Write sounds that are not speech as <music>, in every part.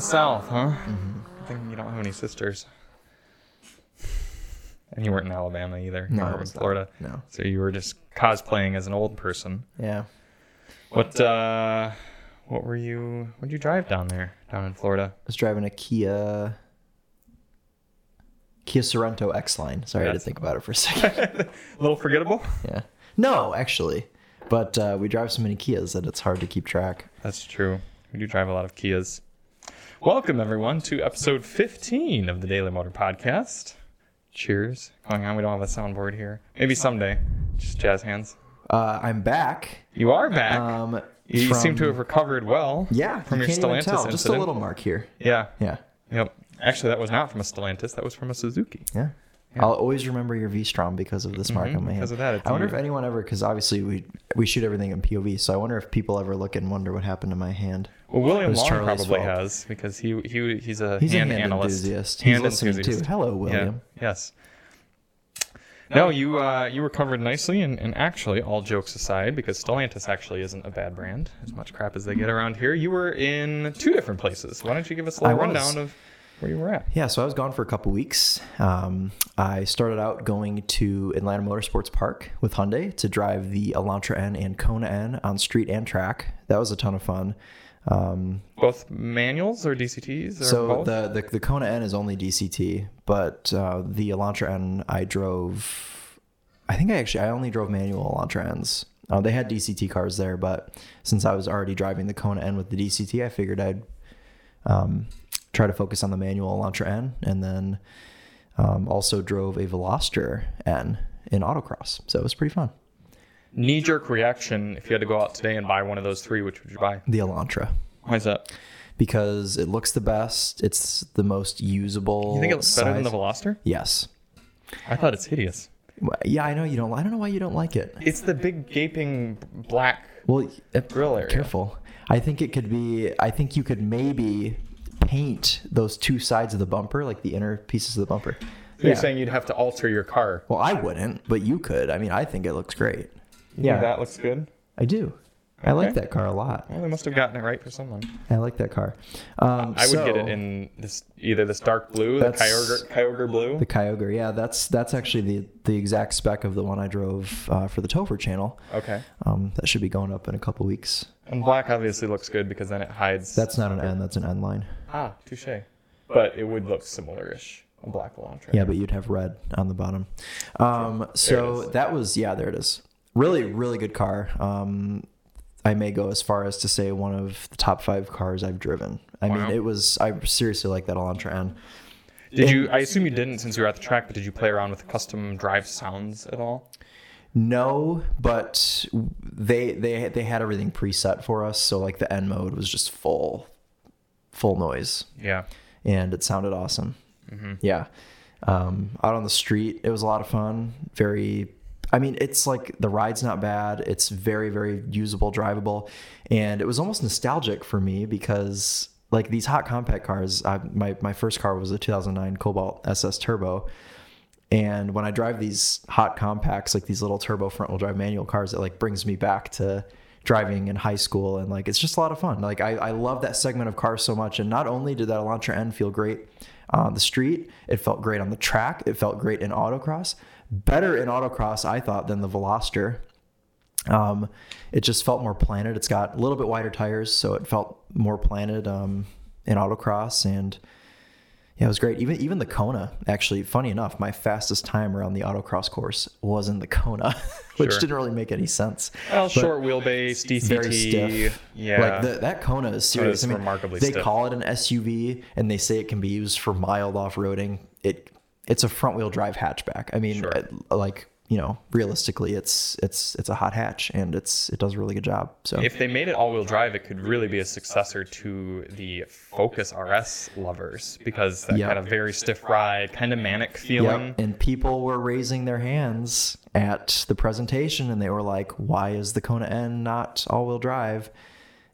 south, huh? Mm-hmm. I think you don't have any sisters. And you weren't in Alabama either. No, or I in was not. Florida. No. So you were just cosplaying as an old person. Yeah. What uh what were you what would you drive down there down in Florida? I was driving a Kia Kia Sorento X line. Sorry, I had to That's- think about it for a <laughs> second. A little forgettable? yeah. No, actually. But uh, we drive so many Kias that it's hard to keep track. That's true. We do drive a lot of Kias. Welcome everyone to episode 15 of the Daily Motor Podcast. Cheers. Going on, we don't have a soundboard here. Maybe someday. Just jazz hands. Uh, I'm back. You are back. Um, you from- seem to have recovered well. yeah. from you your can't even Stellantis tell. Just a incident. little mark here. Yeah. Yeah. Yep. Actually, that was not from a Stellantis. That was from a Suzuki. Yeah. I'll always remember your V Strom because of this mark on my hand. Mm-hmm. because of that, it's I wonder you. if anyone ever, because obviously we we shoot everything in POV, so I wonder if people ever look and wonder what happened to my hand. Well, William was Long Charlie's probably fault. has because he he he's a He's hand a hand analyst. enthusiast. Hand He's listening enthusiast. too. Hello, Yeah. William. Yes. No, you uh, you recovered nicely, and, and actually, all jokes aside, because Stellantis actually isn't a bad brand, as much crap as they get around here. You were in two different places. Why don't you give us a little I was. rundown of where you were at? Yeah, so I was gone for a couple weeks. Um, I started out going to Atlanta Motorsports Park with Hyundai to drive the Elantra N and Kona N on street and track. That was a ton of fun. Um, Both manuals or DCTs or so both? the, the the Kona N is only DCT, but uh, the Elantra N I drove. I think I actually I only drove manual Elantra Ns. Uh, they had DCT cars there, but since I was already driving the Kona N with the DCT, I figured I'd um, try to focus on the manual Elantra N, and then um, also drove a Veloster N in autocross. So it was pretty fun. Knee jerk reaction if you had to go out today and buy one of those three, which would you buy? The Elantra. Why is that? Because it looks the best. It's the most usable. You think it looks better than the size- Veloster? Yes. I thought it's hideous. Well, Yeah, I know you don't. I don't know why you don't like it. It's the big gaping black Well, uh, grill area. careful. I think it could be. I think you could maybe paint those two sides of the bumper, like the inner pieces of the bumper. So You're saying you'd have to alter your car. Well, I wouldn't, but you could. I mean, I think it looks great. You think that looks good. I do. I like Okay. that car a lot. Well, they must have gotten it right for someone. I like that car. Um, I would get so- it in this either this dark blue, the That's- Kyogre, Kyogre blue. the Kyogre. Yeah, that's that's actually the the exact spec of the one I drove uh, for the Topher channel. okay. Um, that should be going up in a couple weeks. And black obviously looks good because then it hides. That's not an N. That's an N line. ah touche. But it would look similar-ish. A black Elantra. Yeah, but you'd have red on the bottom. Um, so is. that was yeah, there it is. Really, really good car. Um, I may go as far as to say one of the top five cars I've driven. I Wow. mean, it was I seriously like that Elantra N. Did you? I assume you didn't since you were at the track. But did you play around with custom drive sounds at all? No, but they they they had everything preset for us. So like the N mode was just full, full noise. Yeah. and it sounded awesome. Yeah. Um, out on the street, it was a lot of fun. Very, I mean, it's like the ride's not bad. It's very, very usable, drivable. And it was almost nostalgic for me because like these hot compact cars, I, my, my first car was a 2009 Cobalt SS Turbo. And when I drive these hot compacts, like these little turbo front wheel drive manual cars, it like brings me back to driving in high school. And like, it's just a lot of fun. Like, I, I love that segment of cars so much. And not only did that Elantra N feel great on the street, it felt great on the track, it felt great in autocross. Better in autocross, I thought, than the Veloster. Um, it just felt more planted. It's got a little bit wider tires, so it felt more planted um, in autocross, and yeah, it was great. Even even the Kona, actually, funny enough, my fastest time around the autocross course was in the Kona, <laughs> which Sure. didn't really make any sense. Well, short wheelbase, DCT. Very stiff. Yeah. like the, that Kona is serious. it's I mean, remarkably they stiff. call it an SUV, and they say it can be used for mild off-roading. It it's a front-wheel drive hatchback. I mean, Sure. uh, like you know, realistically, it's it's it's a hot hatch, and it's it does a really good job. So If they made it all-wheel drive, it could really be a successor to the Focus RS lovers because that Yep. kind of very stiff ride, kind of manic feeling. Yep. And people were raising their hands at the presentation and they were like, why is the Kona N not all wheel drive?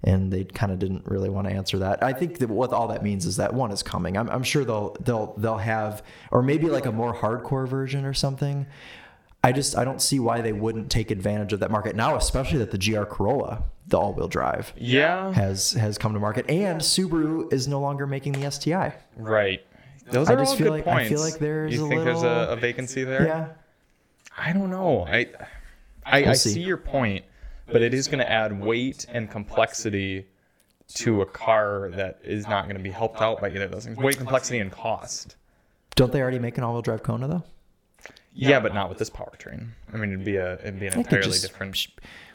And they kind of didn't really want to answer that. I think that what all that means is that one is coming. I'm, I'm sure they'll they'll they'll have or maybe like a more hardcore version or something. I just I don't see why they wouldn't take advantage of that market now, especially that the GR Corolla, the all-wheel drive, Yeah. has has come to market, and Subaru is no longer making the STI. Right. Those I are just all feel good like- I points. feel like there's you a think there's a, little- a vacancy there? Yeah, I don't know. I I, I We'll see. see. your point, but it is going to add weight and complexity to a car that is not going to be helped out by either of those things. Weight, complexity, and cost. don't they already make an all-wheel drive Kona though? Yeah, but not with this powertrain. I mean, it'd be a it'd be an They could entirely just- different.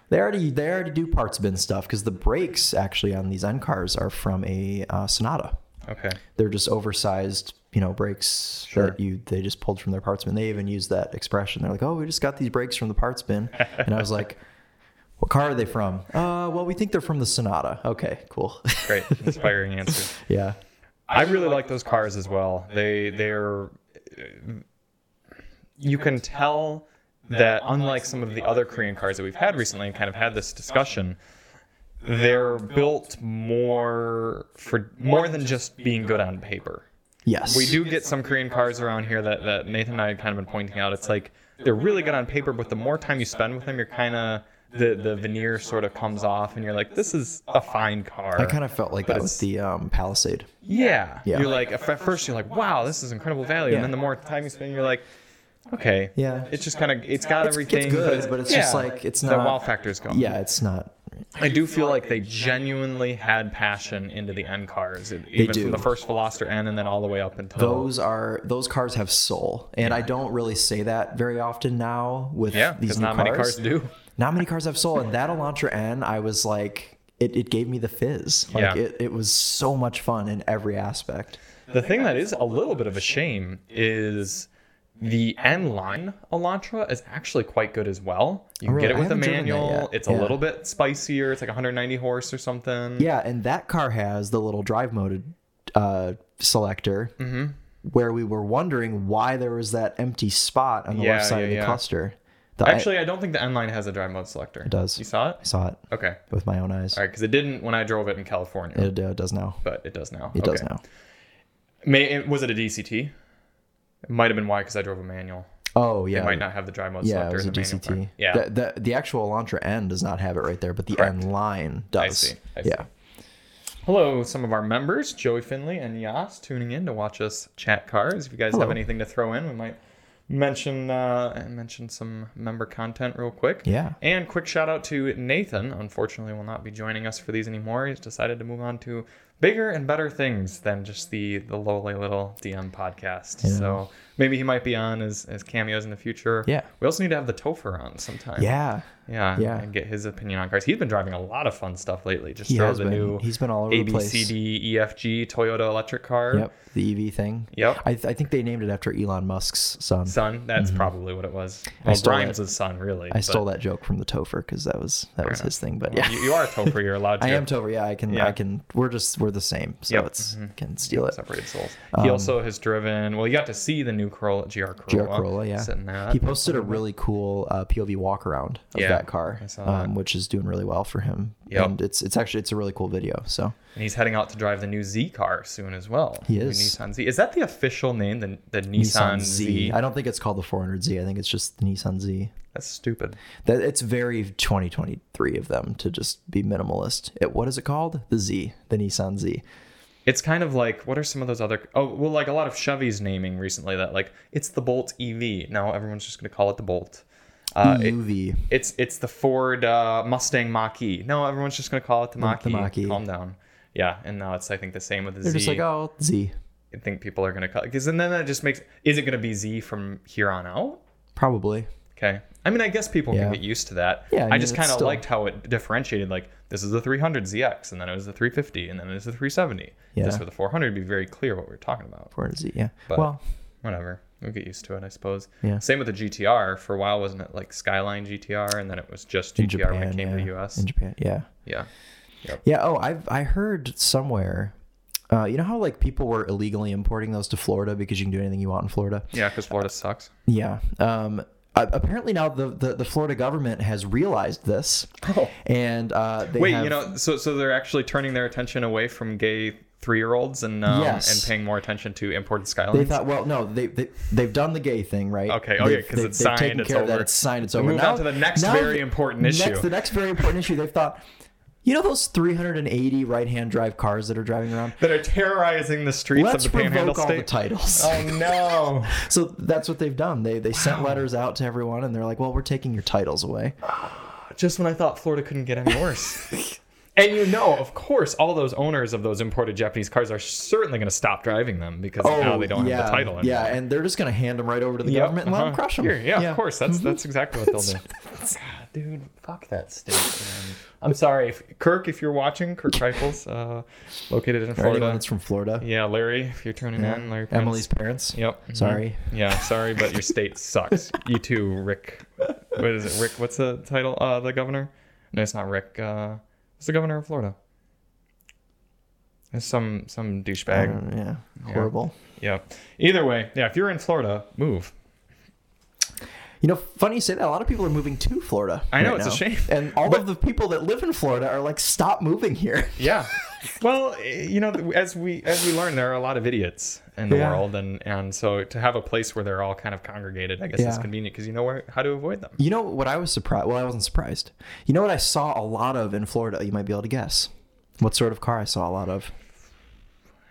They already they already do parts bin stuff because the brakes actually on these N cars are from a uh, Sonata. Okay. They're just oversized, you know, brakes Sure. that you they just pulled from their parts bin. They even use that expression. They're like, "Oh, we just got these brakes from the parts <laughs> bin," and I was like. What car are they from? Uh, well, we think they're from the Sonata. Okay, cool. <laughs> Great. Inspiring answer. <laughs> yeah, I really like those cars as well. They they're uh, you can tell that unlike some of the other Korean cars that we've had recently and kind of had this discussion, they're built more for more than just being good on paper. yes. We do get some Korean cars around here that, that Nathan and I had kind of been pointing out. It's like they're really good on paper, but the more time you spend with them, you're kind of the, the veneer sort of comes off, and you're like, this is a fine car. I kind of felt like But that with it's- the um, Palisade. Yeah. Yeah. You're like, at first you're like, wow, this is incredible value. Yeah. And then the more time you spend, you're like, okay. Yeah. It's just kind of, it's got It's- it's everything. good, but it's just like, it's The not- wow factor's gone. Yeah, it's not. I do feel like they genuinely had passion into the N cars, even do. from the first Veloster N and then all the way up until. Those are those cars have soul, and I don't really say that very often now with yeah, these because new not cars. many cars do. Not many cars have soul, and that Elantra N, I was like, it, it gave me the fizz. Like Yeah. it, it was so much fun in every aspect. The thing that is a little bit of a shame is the N line Elantra is actually quite good as well. You can Oh, get really? it I with a haven't driven that manual. yet. It's Yeah. a little bit spicier. It's like 190 horse or something. Yeah, and that car has the little drive mode uh, selector, Mm-hmm. where we were wondering why there was that empty spot on the Yeah, left side yeah, of the yeah. cluster. The- Actually, I don't think the N line has a drive mode selector. It does. You saw it? I saw it Okay. with my own eyes. All right, because it didn't when I drove it in California, It uh, does now. but it does now. It does Okay. now. May, it- was it a DCT? It might have been why because I drove a manual. Oh yeah. It might not have the drive mode yeah, it selector. was a as manual car. DCT. Yeah. The, the the actual Elantra N does not have it right there, but the N line does. see, I see. Yeah. Hello, some of our members, Joey Finley and Yas, tuning in to watch us chat cars. If you guys have Hello. anything to throw in, we might mention uh, mention some member content real quick. Yeah. And quick shout out to Nathan. Unfortunately, will not be joining us for these anymore. He's decided to move on to bigger and better things than just the the lowly little DM podcast. So maybe he might be on as, as cameos in the future. Yeah. We also need to have the Topher on sometime. Yeah. Yeah, Yeah. and get his opinion on cars. He's been driving a lot of fun stuff lately. Just He throw has the been. new He's been all over A, the B, place. C, D, E, F, G Toyota electric car. Yep. The EV thing. Yep. I, th- I think they named it after Elon Musk's son. Son, that's probably what it was. Mm-hmm. Well, stole Grimes' son, really. I stole that joke from the Topher because that was that was his thing. But yeah, You, you are a Topher. You're allowed <laughs> to. I am Topher. Yeah, I can. Yeah. I can. We're just we're the same. So Yep. Mm-hmm. it's can steal it. separated souls. Um, he also has driven. Well, you got to see the new Corolla, GR Corolla. GR Corolla, yeah. Sitting that. He posted a really cool uh, POV walk around of Yeah, that car, I saw um, which is doing really well for him. Yep. And it's it's actually it's a really cool video. So and he's heading out to drive the new Z car soon as well. He The is. Nissan Z. Is that the official name? The the Nissan, Nissan Z. I don't think it's called the 400Z. I think it's just the Nissan Z. That's stupid. That it's very 2023 of them to just be minimalist. It, what is it called? The Z, the Nissan Z. It's kind of like what are some of those other oh well like a lot of Chevy's naming recently that like it's the Bolt EV now everyone's just gonna call it the Bolt. Uh, it- UV. it's it's the Ford uh, Mustang Mach E. No, everyone's just gonna call it the Mach E. Mach-E. Calm down. Yeah, and now it's I think the same with the They're Z. just like, oh, Z. I think people are gonna call because and then that just makes is it gonna be Z from here on out? Probably. Okay. I mean, I guess people Yeah. can get used to that. Yeah, I I, mean, just it's kind of still- liked how it differentiated. Like this is the 300 ZX, and then it was the 350, and then it was the 370. If This Yeah. for the 400 it'd be very clear what we we're talking about. 400Z, yeah. But- well, Whatever. We'll get used to it, I suppose. Yeah. Same with the GTR. For a while, wasn't it like Skyline GTR, and then it was just in GTR Japan. when it came yeah. to the US. In Japan, yeah. yeah. Yeah. Oh, I've I heard somewhere. Uh, you know how like people were illegally importing those to Florida because you can do anything you want in Florida. Yeah, because Florida sucks. Yeah. Um, a- apparently now the, the the Florida government has realized this, Oh. and uh, they Wait, have- you know, so so they're actually turning their attention away from gay three year olds and um, Yes. and paying more attention to imported They skylines. thought, well, no, they, they they've done the gay thing, right? Okay, oh yeah, 'cause They've- it's they've signed, taken it's care of that, over. it's signed, it's We over. move on to the next very important next- issue. the next very important issue. They've thought, you know, those 380 right-hand drive cars that are driving around. that are terrorizing the streets Let's of the Panhandle revoke all the State. titles. oh no! <laughs> so that's what they've done. They they sent letters out to everyone, and they're like, well, we're taking your titles away. Just when I thought Florida couldn't get any worse. <laughs> and you know, of course, all those owners of those imported Japanese cars are certainly going to stop driving them because now they don't Oh, yeah, have the title. Anymore. Yeah, and they're just going to hand them right over to the Yep, government and let uh-huh. them crush Mm-hmm. them. Here, yeah, of course. That's that's exactly what <laughs> they'll do. God, dude, fuck that state. Man. I'm sorry, if, Kirk, if you're watching, Kirk Rifles, uh, located in Or anyone Florida. that's from Florida. Yeah, Larry, if you're turning in, Larry. Prince. Emily's parents. Yep. mhm. Sorry. Yeah, sorry, but your state sucks. You too, Rick. What is it, Rick? What's the title? Uh, the governor? No, it's not Rick. Uh, it's the governor of Florida. It's some some douchebag. Uh, yeah. Horrible. Yeah. Either way, yeah. If you're in Florida, move. You know, funny you say that. A lot of people are moving to Florida. I know, right it's a now. shame. And all of the people that live in Florida are like, stop moving here. <laughs> Yeah. Well, eh, you know, as we as we learn, there are a lot of idiots in the Yeah. world, and and so to have a place where they're all kind of congregated, I guess is Yeah. convenient because you know where how to avoid them. You know what I was surprised? Well, I wasn't surprised. You know what I saw a lot of in Florida? You might be able to guess what sort of car I saw a lot of.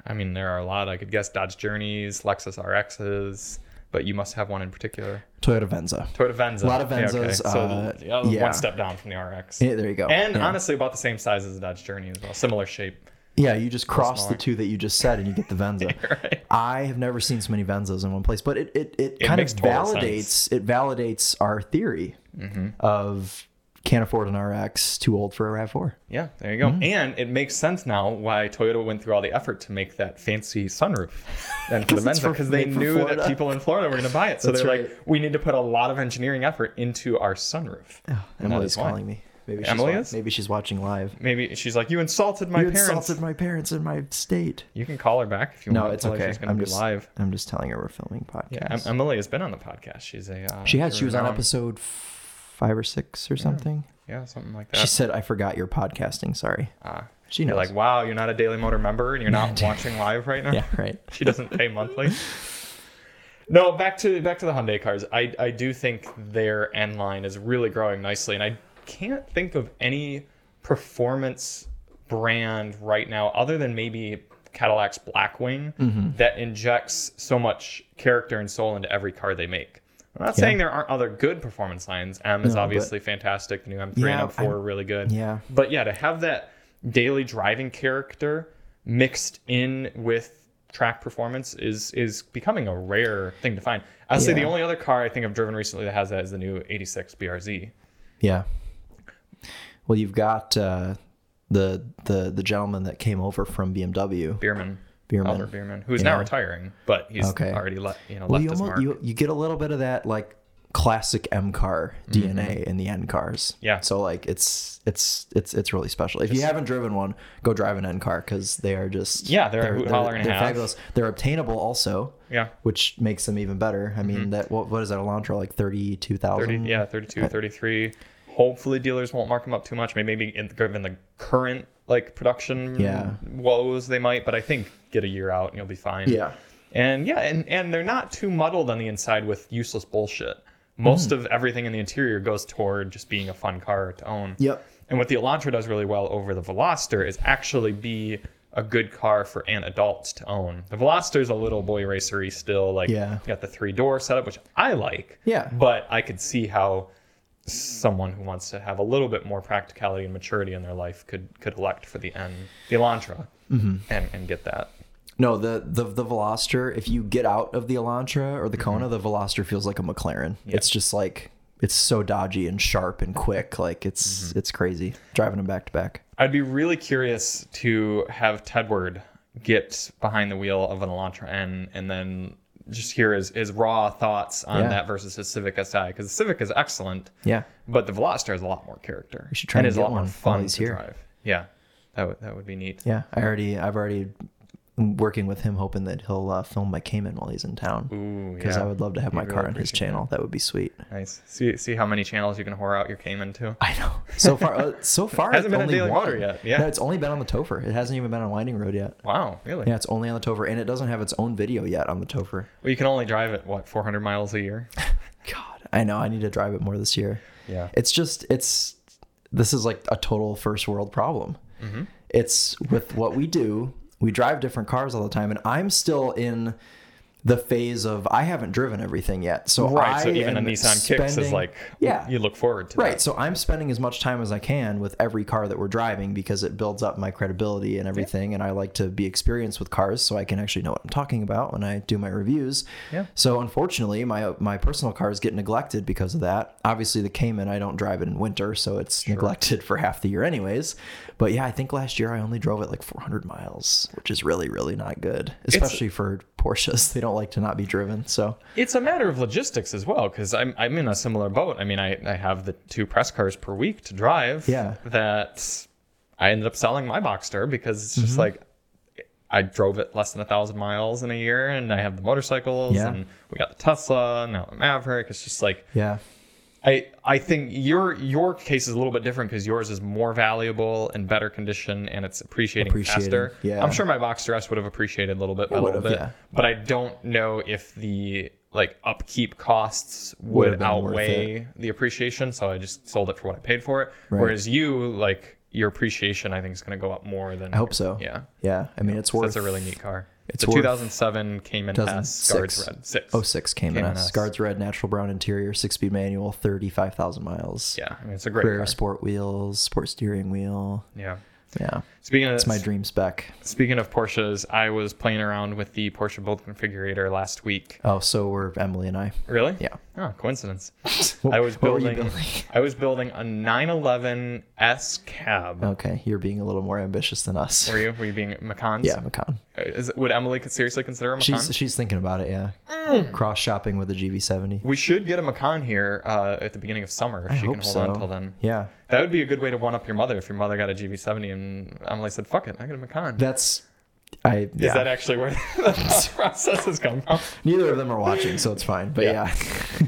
I mean, there are a lot. I could guess Dodge Journeys, Lexus RXs, but you must have one in particular. Toyota Venza. Toyota A Venza. lot of Venzas, So uh, yeah, yeah. one step down from the RX. Yeah, there you go. and yeah. honestly, about the same size as the Dodge Journey as well. Similar shape. yeah, you just cross the smaller. two that you just said, and you get the <laughs> Venza. Right. I have never seen so many Venzas in one place, but it it, it, kind of makes total Mm-hmm. validates it validates our theory of can't afford an RX, too old for a Rav Four. Yeah, there you go. Mm-hmm. And it makes sense now why Toyota went through all the effort to make that fancy sunroof then <laughs> for the 'Cause it's Menza for- because they made for knew Florida. that people in Florida were going to buy it. So That's they're right. like, we need to put a lot of engineering effort into our sunroof. And that Emily's is why. calling me. Maybe she's Emily wa- is? Maybe she's watching live. Maybe she's like, you insulted my you parents. insulted my parents in my state. You can call her back if you No, want. it's Tell her okay. She's going I'm to be just live. I'm just telling her we're filming podcast. Yeah, Em- Emily has been on the podcast. She's a uh, she has. She was on renowned- episode five or six or something. Yeah, something like She that. said, "I forgot you're podcasting. Sorry." Ah. She You're knows. like, wow, you're not a Daily Motor member and you're not watching live right now. <laughs> yeah, right. <laughs> she doesn't pay monthly. No, back to back to the Hyundai cars. I I do think their N line is really growing nicely, and I can't think of any performance brand right now other than maybe Cadillac's Blackwing Mm-hmm. that injects so much character and soul into every car they make. I'm not saying there aren't other good performance lines. M is No, but- obviously fantastic. The new M3 Yeah, and M4 are really good. yeah. But yeah, to have that daily driving character mixed in with track performance is is becoming a rare thing to find. I'll say the Yeah. only other car I think I've driven recently that has that is the new 86 BRZ. Yeah. Well, you've got uh, the the the gentleman that came over from BMW. Bierman. Bierman. Albert Bierman, who's Yeah. now retiring, but he's Okay. already left, you know, Well, left you, his almost, mark. you you get a little bit of that like classic M car DNA in the N cars. Mm-hmm. Yeah. So like it's it's it's it's really special. If you haven't driven one, go drive an N car because they are just Yeah, they're a hoot holler and a they're half. fabulous. They're obtainable also. Yeah. Which makes them even better. I mean that what what is that Elantra like thirty two 30, thousand? yeah, 32, 33. Hopefully dealers won't mark them up too much. Maybe maybe in, given the current like production Yeah. woes they might, but I think get a year out and you'll be fine. Yeah. And yeah, and, and they're not too muddled on the inside with useless bullshit. Most Mm. of everything in the interior goes toward just being a fun car to own. Yep. And what the Elantra does really well over the Veloster is actually be a good car for an adult to own. The Veloster's a little boy racery still, like Yeah. you got the three door setup, which I like. Yeah. But I could see how someone who wants to have a little bit more practicality and maturity in their life could could elect for the N, the Elantra, Mm-hmm. and and get that. No, the the the Veloster. If you get out of the Elantra or Mm-hmm. the Kona, the Veloster feels like a McLaren. It's just like it's so dodgy and sharp and quick. Like it's Mm-hmm. it's crazy driving them back to back. I'd be really curious to have Tedward get behind the wheel of an Elantra N and then just hear his, his raw thoughts on Yeah. that versus his Civic Si because the Civic is excellent, Yeah, but the Veloster has a lot more character. should try and and is a get lot more one while fun he's to here. drive. Yeah, that would that would be neat. yeah. I already I've already I'm working with him, hoping that he'll uh, film my Cayman while he's in town. Ooh, yeah. Because I would love to have my We'd really car on his appreciate channel. That would be <laughs> sweet. that. Nice. See see how many channels you can whore out your Cayman to. I know. <laughs> So far, uh, so far, Hasn't it's been on only Daily one. Motor yet, yeah. no, it's only been on the Topher. It hasn't even been on Winding Road yet. Wow, really? Yeah, it's only on the Topher, and it doesn't have its own video yet on the Topher. Well, you can only drive it what 400 miles a <laughs> year. God, I know. I need to drive it more this year. Yeah. It's just, it's this is like a total first world problem. Mm-hmm. It's with what we do. We drive different cars all the time, and I'm still in the phase of I haven't driven everything yet. So Right. so I even a am Nissan Kicks is spending- like yeah, you look forward to. Right. So I'm spending as much time as I can with every car that we're driving because it builds up my credibility and everything. And I like to be experienced with cars so I can actually know what I'm talking about when I do my reviews. Yeah. So unfortunately, my my personal cars get neglected because of that. Obviously, the Cayman I don't drive it in winter, so it's neglected for half the year anyways. But yeah, I think last year I only drove it like 400 miles, which is really really not good, especially for Porsches. <laughs> They don't like to not be driven. So It's a matter of logistics as well, because I'm I'm in a similar boat. I mean, I, I have the two press cars per week to drive. Yeah. That I ended up selling my Boxster because it's Mm-hmm. just like I drove it less than a thousand miles in a year, and I have the motorcycles, Yeah. and we got the Tesla, and now the Maverick. It's just like yeah. I I think your your case is a little bit different because yours is more valuable and better condition and it's appreciating, Appreciating, faster. yeah. I'm sure my Boxster S would have appreciated a little bit by a little would've, bit, yeah. but I don't know if the like upkeep costs Would've would been worth outweigh the appreciation. So I just sold it for what I paid for it. Right. Whereas you like your appreciation, I think is going to go up more than I hope so. Yeah, Yeah. I mean, it's So worth that's a really neat car. it's It's a worth- 2007 Cayman S Guards 2006. Uh, Red six. 06 Cayman Cayman Oh, S. S. Guards red, natural brown interior, six speed manual, 35,000 miles. Yeah, I mean, it's a great Rear car. sport wheels, sport steering wheel. Yeah. Yeah. Speaking of It's my dream spec. Speaking of Porsches, I was playing around with the Porsche build configurator last week. Oh, so were Emily and I. Really? Yeah. Oh, coincidence. What- <laughs> I was <laughs> what were you building, I was building a 911 S cab. Okay. You're being a little more ambitious than us. Were you? Were you being Macans? Uh, Yeah, Macan. Is, would Emily seriously consider a Macan? She's she's thinking about it, yeah. Mm. Cross shopping with the GV70. We should get a Macan here uh, at the beginning of summer if I she can hope hold so. on until then. Yeah. That would be a good way to one up your mother if your mother got a GV70 and Emily said, "Fuck it, I got a Macan." That's I yeah. Is that actually where <laughs> the thought process has come <laughs> from? Neither of them are watching, so it's fine. But Yeah. yeah.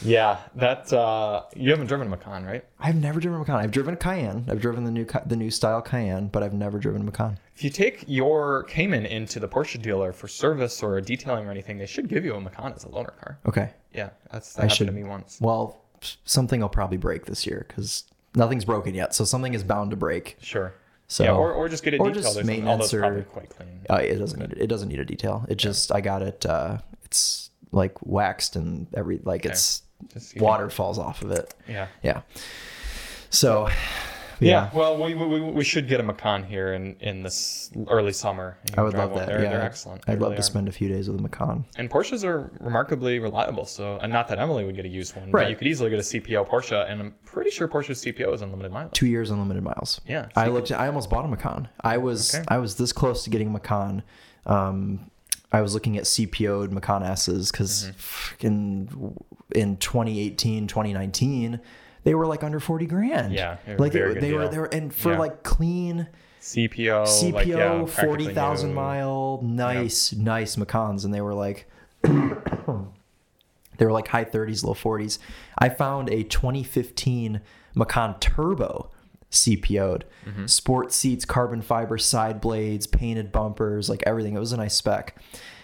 Yeah, that uh, you haven't driven a Macan, right? I've never driven a Macan. I've driven a Cayenne. I've driven the new Ca- the new style Cayenne, but I've never driven a Macan. If you take your Cayman into the Porsche dealer for service or detailing or anything, they should give you a Macan as a loaner car. Okay. Yeah, that's that happened should- to me once. Well, something will probably break this year because nothing's broken yet. So something is bound to break. Sure. So yeah, or, or just get it or detailed. just There's- Although it's maintenance or- probably quite clean. uh, it doesn't need it doesn't need a detail. It just I got it. Uh, it's like waxed and every like it's Just, you know, water falls off of it. Yeah. Yeah. So yeah. Well, we, we, we- we should get a Macan here in, in this early summer. I You can would drive love one. that. They're, yeah, they're excellent. They I'd love really to are. spend a few days with a Macan. And Porsches are remarkably reliable. So, and not that Emily would get a used one, but Right. you could easily get a CPO Porsche, and I'm pretty sure Porsche's CPO is unlimited mileage. Two years unlimited miles. Yeah, so I you looked. I almost bought a Macan. I was Okay. I was this close to getting a Macan. Um, I was looking at CPO'd Macan S's Mm-hmm. because in in 2018, 2019, they were like under 40 grand. Yeah, they were like very it- good they were deal. they were and for Yeah. like clean CPO, CPO Oh, like, yeah, practically forty thousand new. mile nice nice Macans and they were like <coughs> they were like high 30s low 40s. I found a 2015 Macan Turbo CPO'd Mm-hmm. sport seats carbon fiber side blades painted bumpers like everything it was a nice spec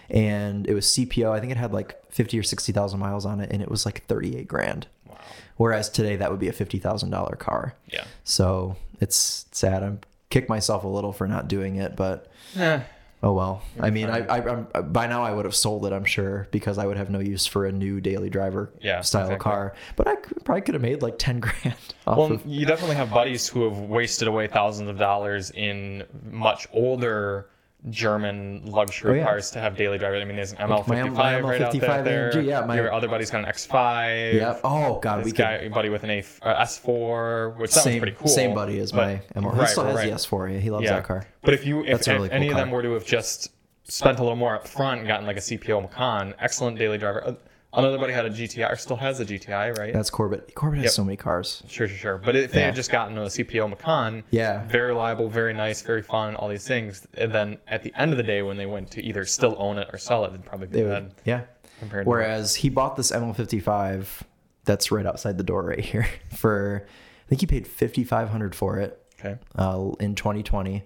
and it was CPO I think it had like 50 or 60,000 miles on it and it was like 38 grand. Wow. Whereas today that would be a $50,000 car. Yeah. So it's sad. I'm kick myself a little for not doing it, but Eh, oh well. I mean, I, I I'm, by now I would have sold it, I'm sure, because I would have no use for a new daily driver Yeah, style exactly. car. But I could, probably could have made like ten <laughs> grand off Well, of. you definitely have buddies who have wasted away thousands of dollars in much older German luxury Oh, yeah. cars to have daily drivers. I mean, there's an ML55 my M- my right out there. ML55 AMG, yeah, my- Your other buddy's got an X5. Yeah. Oh God, This we guy, could. your buddy with an A, uh, S4, which sounds Same, pretty cool. same buddy as my but- Emily. Right, he still right, has right. the S4. Yeah, he loves that car. But if you, if That's a really any cool of them car. were to have just spent a little more up front and gotten like a CPO Macan, excellent daily driver. Uh, Another buddy had a GTI, or still has a GTI, right? That's Corbett. Corbett has Yep. so many cars. Sure, sure, sure. But if they Yeah. had just gotten a CPO Macan, Yeah. very reliable, very nice, very fun, all these things. And then at the end of the day, when they went to either still own it or sell it, it'd probably be They bad would, yeah. compared to. Whereas he bought this ML55 that's right outside the door right here <laughs> for I think he paid 5500 for it Okay. uh, in 2020.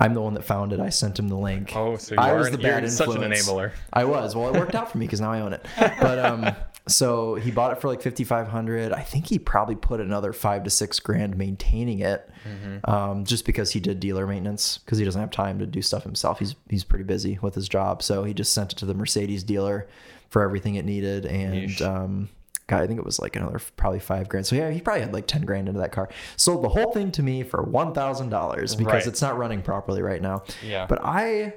I'm the one that found it. I sent him the link. Oh, so I you was are the an- you're bad such an influence. enabler. I was. Well, it worked out for me because now I own it. But <laughs> um, so he bought it for like 5500. I think he probably put another five to six grand maintaining it, Mm-hmm. um, just because he did dealer maintenance because he doesn't have time to do stuff himself. He's he's pretty busy with his job, so he just sent it to the Mercedes dealer for everything it needed and. Yeesh. Um, God, I think it was like another f- probably five grand. So yeah, he probably had like ten grand into that car. Sold the whole thing to me for one thousand dollars because Right. it's not running properly right now. Yeah. But I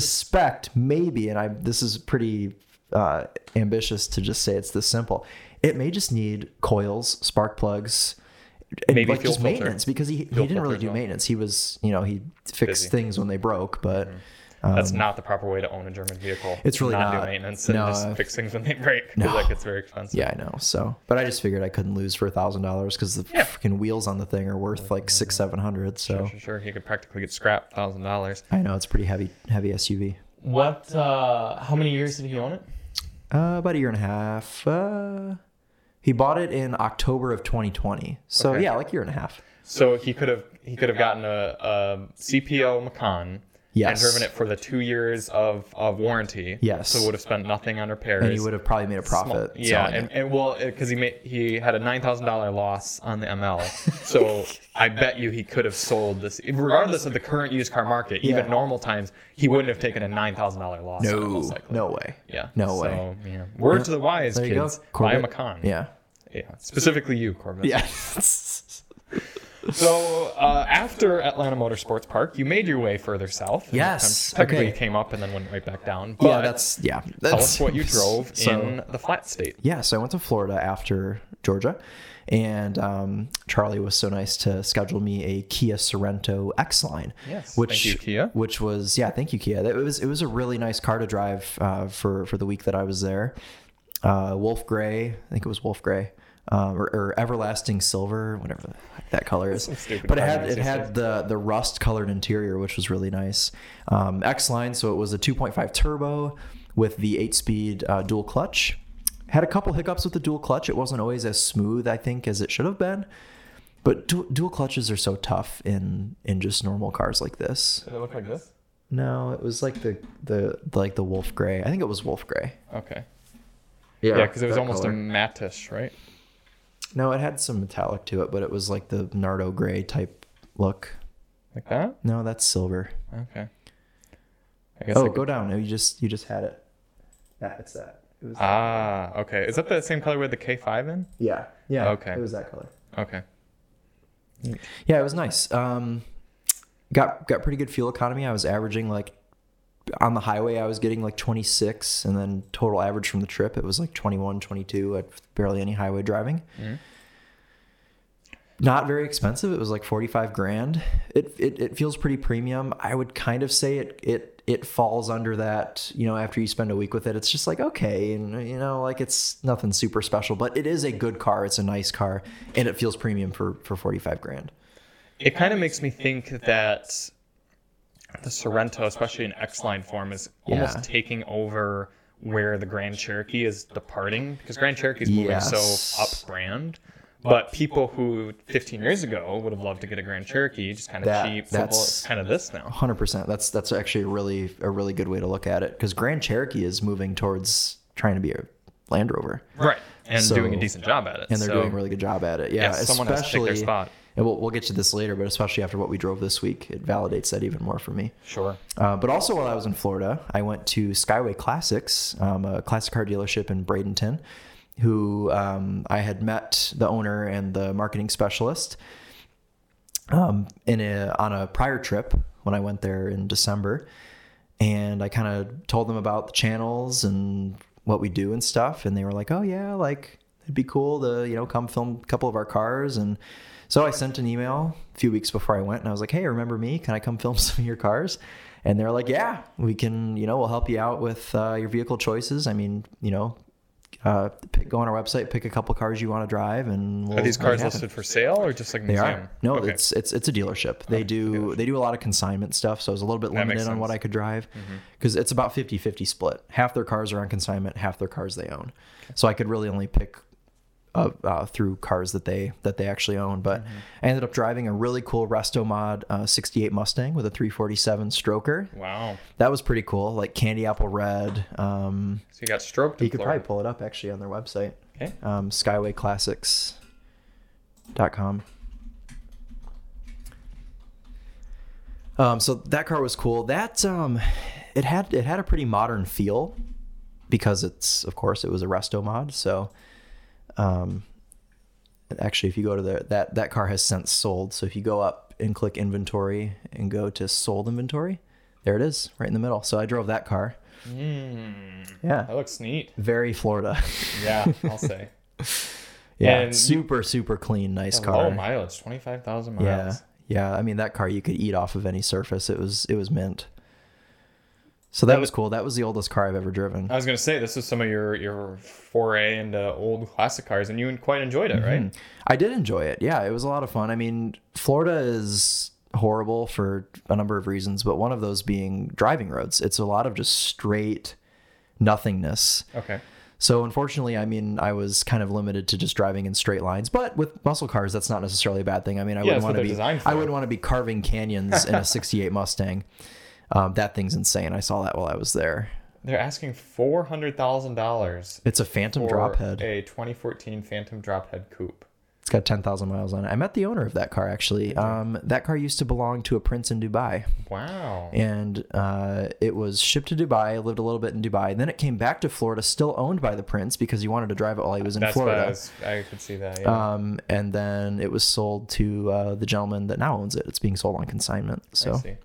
suspect maybe, and I this is pretty uh, ambitious to just say it's this simple. It may just need coils, spark plugs, and Maybe like fuel just filter. maintenance because he, he Fuel didn't really filter as do well. maintenance. He was you know he fixed Busy. Mm-hmm. things when they broke, but um, That's not the proper way to own a German vehicle. It's really not, not. do maintenance and No, uh, just fix things when they break <laughs> because no. that gets very expensive. yeah, I know. So, but I just figured I couldn't lose for a thousand dollars because the Yeah. freaking wheels on the thing are worth like six seven hundred. So Sure, sure, sure. You could practically get scrapped thousand dollars. I know it's a pretty heavy heavy SUV. What? Uh, how many years did he own it? Uh, about a year and a half. Uh, he bought it in October of 2020. So Okay. yeah, like a year and a half. So he could have he could have gotten a, a CPO Macan Yes. and driven it for the two years of, of warranty. Yes. So would have spent nothing on repairs. And he would have probably made a Small- profit. yeah, selling and, it. and well, because he made he had a nine thousand dollar loss on the ML, so I bet you he could have sold this, regardless of the current used car market. Even Yeah. normal times, he wouldn't have taken a nine thousand dollar loss. on it, no, most likely. no way. yeah, no so, way. Yeah. Word to the wise, There you kids. go. Buy a Corvette. Macan. Yeah. <laughs> yeah, specifically you, Corbin. Yeah. So uh, after Atlanta Motorsports Park, you made your way further south. and Yes, Technically, okay. you came up and then went right back down. But yeah. That's yeah. That's, tell us what you drove <laughs> so- in the flat state. yeah, so I went to Florida after Georgia, and um, Charlie was so nice to schedule me a Kia Sorento X line. Yes, which thank you, Kia. Which was yeah, thank you Kia. It was it was a really nice car to drive uh, for for the week that I was there. Uh, Wolf Gray, I think it was Wolf Gray. Um, or, or everlasting silver, whatever the heck that color is. Some stupid But it car had names it these had days. the the rust colored interior, which was really nice. Um, X line, so it was a 2.5 turbo with the eight speed uh, dual clutch. Had a couple hiccups with the dual clutch. It wasn't always as smooth, I think, as it should have been. But du- dual clutches are so tough in in just normal cars like this. Did it look like this? No, it was like the the like the wolf gray. I think it was wolf gray. Okay. Yeah, because it was almost a mattish, right? no. It had some metallic to it, but it was like the Nardo gray type look. Like that? No, that's silver. Okay. I guess. Oh, I could- go down. No, You just you just had it. Yeah, it's that. It was ah, okay. Is that the same color with the K5 in? yeah yeah. Okay. It was that color. Okay. Yeah, it was nice. Um, got got pretty good fuel economy. I was averaging like on the highway I was getting like 26 and then total average from the trip it was like 21 22 at barely any highway driving not very expensive it was like 45 grand it, it it feels pretty premium I would kind of say it it it falls under that you know after you spend a week with it it's just like okay and you know like it's nothing super special but it is a good car it's a nice car and it feels premium for for 45 grand It kind of makes me think that the Sorrento, especially in X line form, is almost Yeah. taking over where the Grand Cherokee is departing because Grand Cherokee's moving Yes. so up brand. But people who 15 years ago would have loved to get a Grand Cherokee, just kind of That- cheap, simple, that's- it's kind of this now. Hundred percent. That's that's actually a really a really good way to look at it because Grand Cherokee is moving towards trying to be a Land Rover, Right. And So- doing a decent job at it. and they're so- doing a really good job at it. Yeah, Yes, especially. someone has to take their spot. And we'll, we'll get to this later, but especially after what we drove this week, it validates that even more for me. Sure. Uh, but also, while I was in Florida, I went to Skyway Classics, um, a classic car dealership in Bradenton, who um, I had met the owner and the marketing specialist um, in a, on a prior trip when I went there in December. And I kind of told them about the channels and what we do and stuff. And they were like, oh, yeah, like it'd be cool to, you know, come film a couple of our cars. And so I sent an email a few weeks before I went and I was like, hey, remember me? Can I come film <laughs> some of your cars? And they're like, yeah, we can, you know, we'll help you out with uh, your vehicle choices. I mean, you know, uh, pick, go on our website, pick a couple cars you want to drive, and we'll Are these make it cars happen. listed for sale or just like They museum? are no, Okay. it's it's it's a dealership. They do they do a lot of consignment stuff, so I was a little bit That makes limited on what sense. I Mm-hmm. could drive because it's about 50-50 split. Half their cars are on consignment, half their cars they own. So I could really only pick uh, uh, through cars that they that they actually own. But Mm-hmm. I ended up driving a really cool Resto Mod uh, '68 Mustang with a 347 stroker. wow. That was pretty cool, like candy apple red. Um, So you got stroked. in you could Florida. probably pull it up actually on their website, Okay. um, skywayclassics.com. Um, so that car was cool. That um, it had it had a pretty modern feel because it's of course it was a resto mod. So um, actually, if you go to the that that car has since sold. So if you go up and click inventory and go to sold inventory, there it is, right in the middle. So I drove that car. Mm, Yeah, that looks neat. very Florida. <laughs> Yeah, I'll say. Yeah, And- super super clean, nice car. Low Oh, mileage, twenty five thousand miles. yeah, yeah. I mean, that car you could eat off of any surface. It was it was mint. So that was Uh, cool. That was the oldest car I've ever driven. I was gonna say this is some of your your foray into old classic cars, and you quite enjoyed it, right? I did enjoy it. Yeah, it was a lot of fun. I mean, Florida is horrible for a number of reasons, but one of those being driving roads. It's a lot of just straight nothingness. Okay. So unfortunately, I mean, I was kind of limited to just driving in straight lines. But with muscle cars, that's not necessarily a bad thing. I mean, I Yeah, wouldn't that's what want to they're be designed I for. wouldn't want to be carving canyons <laughs> in a '68 Mustang. Um, that thing's insane. I saw that while I was there. They're asking four hundred thousand dollars It's a Phantom for drop head. a twenty fourteen Phantom Drophead Coupe. It's got 10,000 miles on it. I met the owner of that car actually. Um, that car used to belong to a prince in Dubai. Wow. and uh, it was shipped to Dubai. Lived a little bit in Dubai, and then it came back to Florida, still owned by the prince because he wanted to drive it while he was in That's what I Florida. was. I could see that. Yeah. Um, and then it was sold to uh, the gentleman that now owns it. It's being sold on consignment. I So see.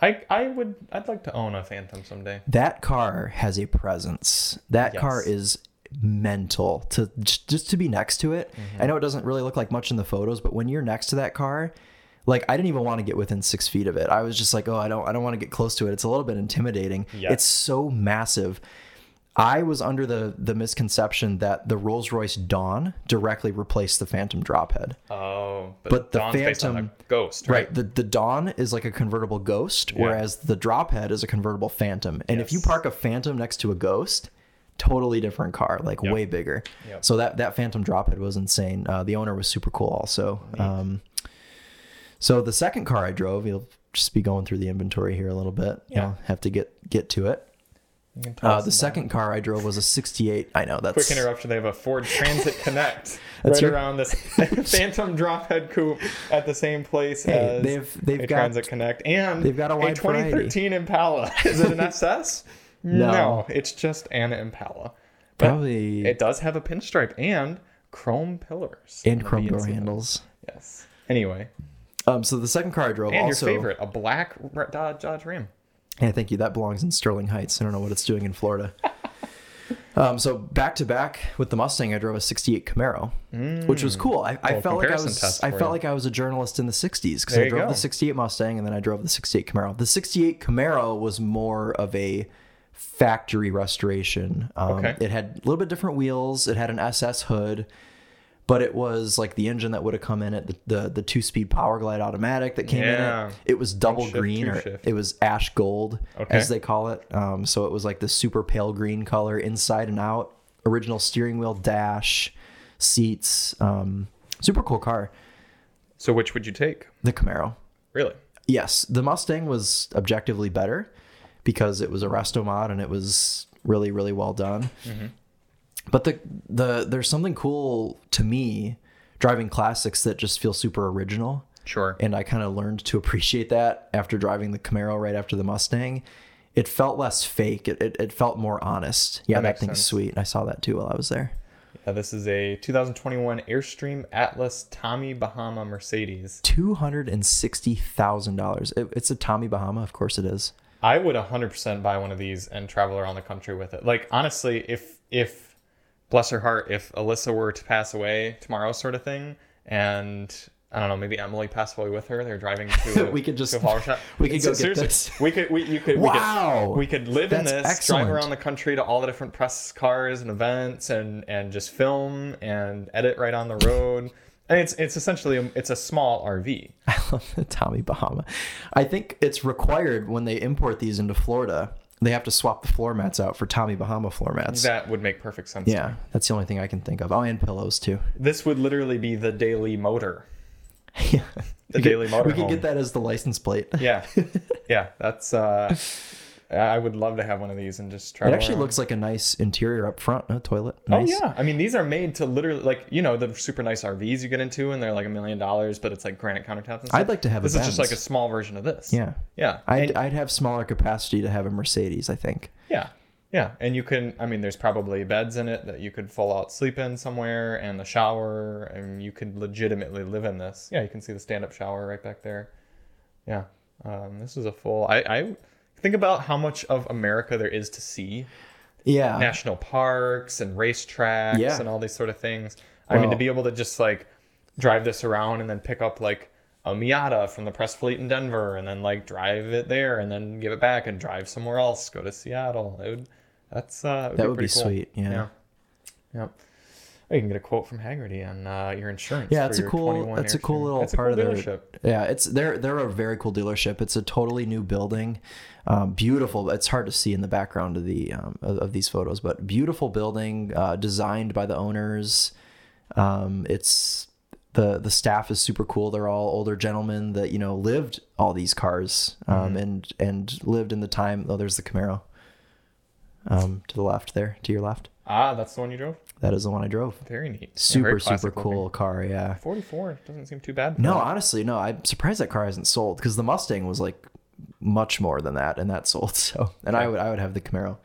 I I would. I'd like to own a Phantom someday. that car has a presence. That car Yes. is mental to just just to be next to it. Mm-hmm. I know it doesn't really look like much in the photos, but when you're next to that car. Like I didn't even want to get within six feet of it. I was just like, oh, I don't, I don't want to get close to it. It's a little bit intimidating. Yes. It's so massive. I was under the the misconception that the Rolls Royce Dawn directly replaced the Phantom Drophead. Oh, but, But the Dawn's based on a Phantom- ghost, right? Right. The the Dawn is like a convertible ghost, whereas the Drophead is a convertible Phantom. And if you Yes. park a Phantom next to a Ghost, totally different car, like way bigger. Yep. So that that Phantom Drophead was insane. Uh, the owner was super cool, also. Um, so the second car I drove, you'll just be going through the inventory here a little bit. Yeah. You'll have to get get to it. You can tell Uh, us the about- second car I drove was a '68. I know that's Quick interruption. They have a Ford Transit Connect <laughs> That's right your- around this Phantom Drophead Coupe at the same place Hey, as they've- they've a got- Transit Connect, and they've got a wide variety. 2013 Impala. <laughs> <laughs> Is it an SS? No. it's just an Impala. But probably it does have a pinstripe and chrome pillars on and the chrome door VNC. handles. Yes. Anyway, Um, so the second car I drove and also, your favorite, a black Ra- Dodge, Dodge Ram. Yeah, thank you. That belongs in Sterling Heights. I don't know what it's doing in <laughs> Florida. um, so back to back with the Mustang, I drove a '68 Camaro, which was cool. I, I Little felt like I Mm. comparison was test I for felt you. like I was a journalist in the '60s because There I you drove go. the '68 Mustang and then I drove the '68 Camaro. The '68 Camaro was more of a factory restoration. Um, Okay. It had a little bit different wheels. It had an SS hood but it was like the engine that would have come in at the the, the two speed power glide automatic that came Yeah. in it. It was double shift, green two or shift. it was ash gold Okay. as they call it. Um, so it was like the super pale green color inside and out. Original steering wheel, dash, seats. Um, super cool car. So which would you take? The Camaro. Really? Yes, the Mustang was objectively better because it was a resto mod and it was really really well done. But the the there's something cool to me driving classics that just feel super original Sure. and I kind of learned to appreciate that after driving the Camaro right after the Mustang. It felt less fake. It it, it felt more honest. Yeah, That that, makes thing's sense. sweet. I saw that too while I was there. Now, this is a 2021 Airstream Atlas Tommy Bahama Mercedes. Two hundred and sixty thousand dollars. It, it's a Tommy Bahama, of course it is. I would 100% buy one of these and travel around the country with it. Like honestly, if if bless her heart, if Alyssa were to pass away tomorrow, sort of thing, and I don't know, maybe Emily passed away with her. They're driving to <laughs> We could just- to a flower shop. we could It's- go get seriously, this. We could we you could Wow! we could, we could live That's in this, excellent. drive <laughs> around the country to all the different press cars and events, and and just film and edit right on the road. And it's it's essentially a, it's a small RV. Tommy Bahama. I think it's required when they import these into Florida, they have to swap the floor mats out for Tommy Bahama floor mats. That would make perfect sense. to me. yeah, that's the only thing I can think of. Oh, and pillows too. this would literally be the Daily Motor. <laughs> yeah. The We could- Daily Motor We could Home. get that as the license plate. <laughs> Yeah, yeah, that's. uh I would love to have one of these and just try. It actually looks like a nice interior up front, a toilet. Oh Nice. yeah, I mean these are made to literally like you know the super nice RVs you get into and they're like a million dollars, but it's like granite countertops. And stuff. I'd like to have a this is just Benz. like a small version of this. Yeah. yeah, I'd, And- I'd have smaller capacity to have a Mercedes, I think. yeah, yeah. And you can, I mean, there's probably beds in it that you could full out sleep in somewhere, and a shower, and you could legitimately live in this. Yeah, you can see the stand up shower right back there. Yeah, um, this is a full. I, I think about how much of America there is to see Yeah. national parks and racetracks Uh-huh. Yeah. and all these sort of things. I mean, to Well- be able to just like drive this around and then pick up like a Miata from the press fleet in Denver and then like drive it there and then give it back and drive somewhere else, go to Seattle. It would, that's uh, it That would be pretty cool. sweet, yeah. yeah. Yep. Oh, you can get a quote from Haggerty on uh, your insurance. Yeah, for it's a your cool. 21 That's a airstream. cool little That's a part cool of the. dealership. Yeah, it's they're they're a very cool dealership. It's a totally new building, um, beautiful. It's hard to see in the background of the um, of, of these photos, but beautiful building uh, designed by the owners. Um, it's the the staff is super cool. They're all older gentlemen that you know lived all these cars Mm-hmm. um, and and lived in the time. Oh, there's the Camaro. Um, to the left there, to your left. Ah, that's the one you drove. That is the one I drove. Very neat. Yeah, very Super super classic looking. cool car. Yeah. Forty-four doesn't seem too bad. for No, that. honestly, no. I'm surprised that car hasn't sold because the Mustang was like much more than that, and that <laughs> sold. So, and I would I would have the Camaro.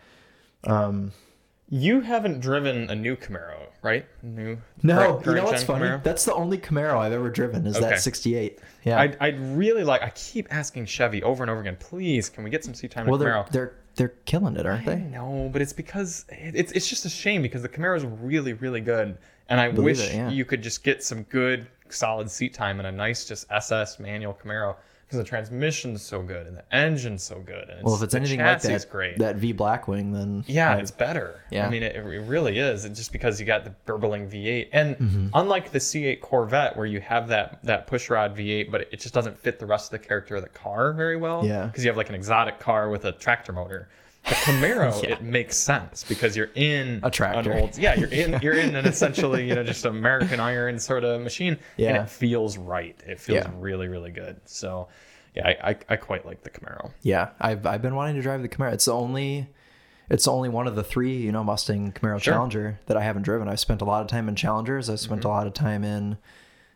You haven't driven a new Camaro, right? New No, current- you know what's current-gen funny? That's the only Camaro I've ever driven. Is Okay. that '68? Yeah. I'd, I'd really like. I keep asking Chevy over and over again. Please, can we get some seat time in well, the they're Camaro? they're they're killing it, aren't I they? know, but it's because it, it's it's just a shame because the Camaro is really really good, and I wish it, yeah. you could just get some good solid seat time in a nice just SS manual Camaro because the transmission's so good and the engine's so good. And it's, Well, if it's the anything like chassis is that, great. that V Blackwing, then Yeah, it's better. yeah. I mean, it, it really is. It's just because you got the burbling V8, and Mm-hmm. unlike the C8 Corvette, where you have that that pushrod V8, but it just doesn't fit the rest of the character of the car very well. Yeah. because you have like an exotic car with a tractor motor. <laughs> The Camaro, it makes sense because you're in A tractor. An old, yeah, you're in you're in an essentially you know just American iron sort of machine, and Yeah. it feels right. It feels Yeah. really really good. So, yeah, I, I I quite like the Camaro. yeah. I've I've been wanting to drive the Camaro. It's the only. It's the only one of the three, you know, Mustang, Camaro, Sure. Mm-hmm. Challenger that I haven't driven. I've spent a lot of time in Challengers. I've spent a lot of time in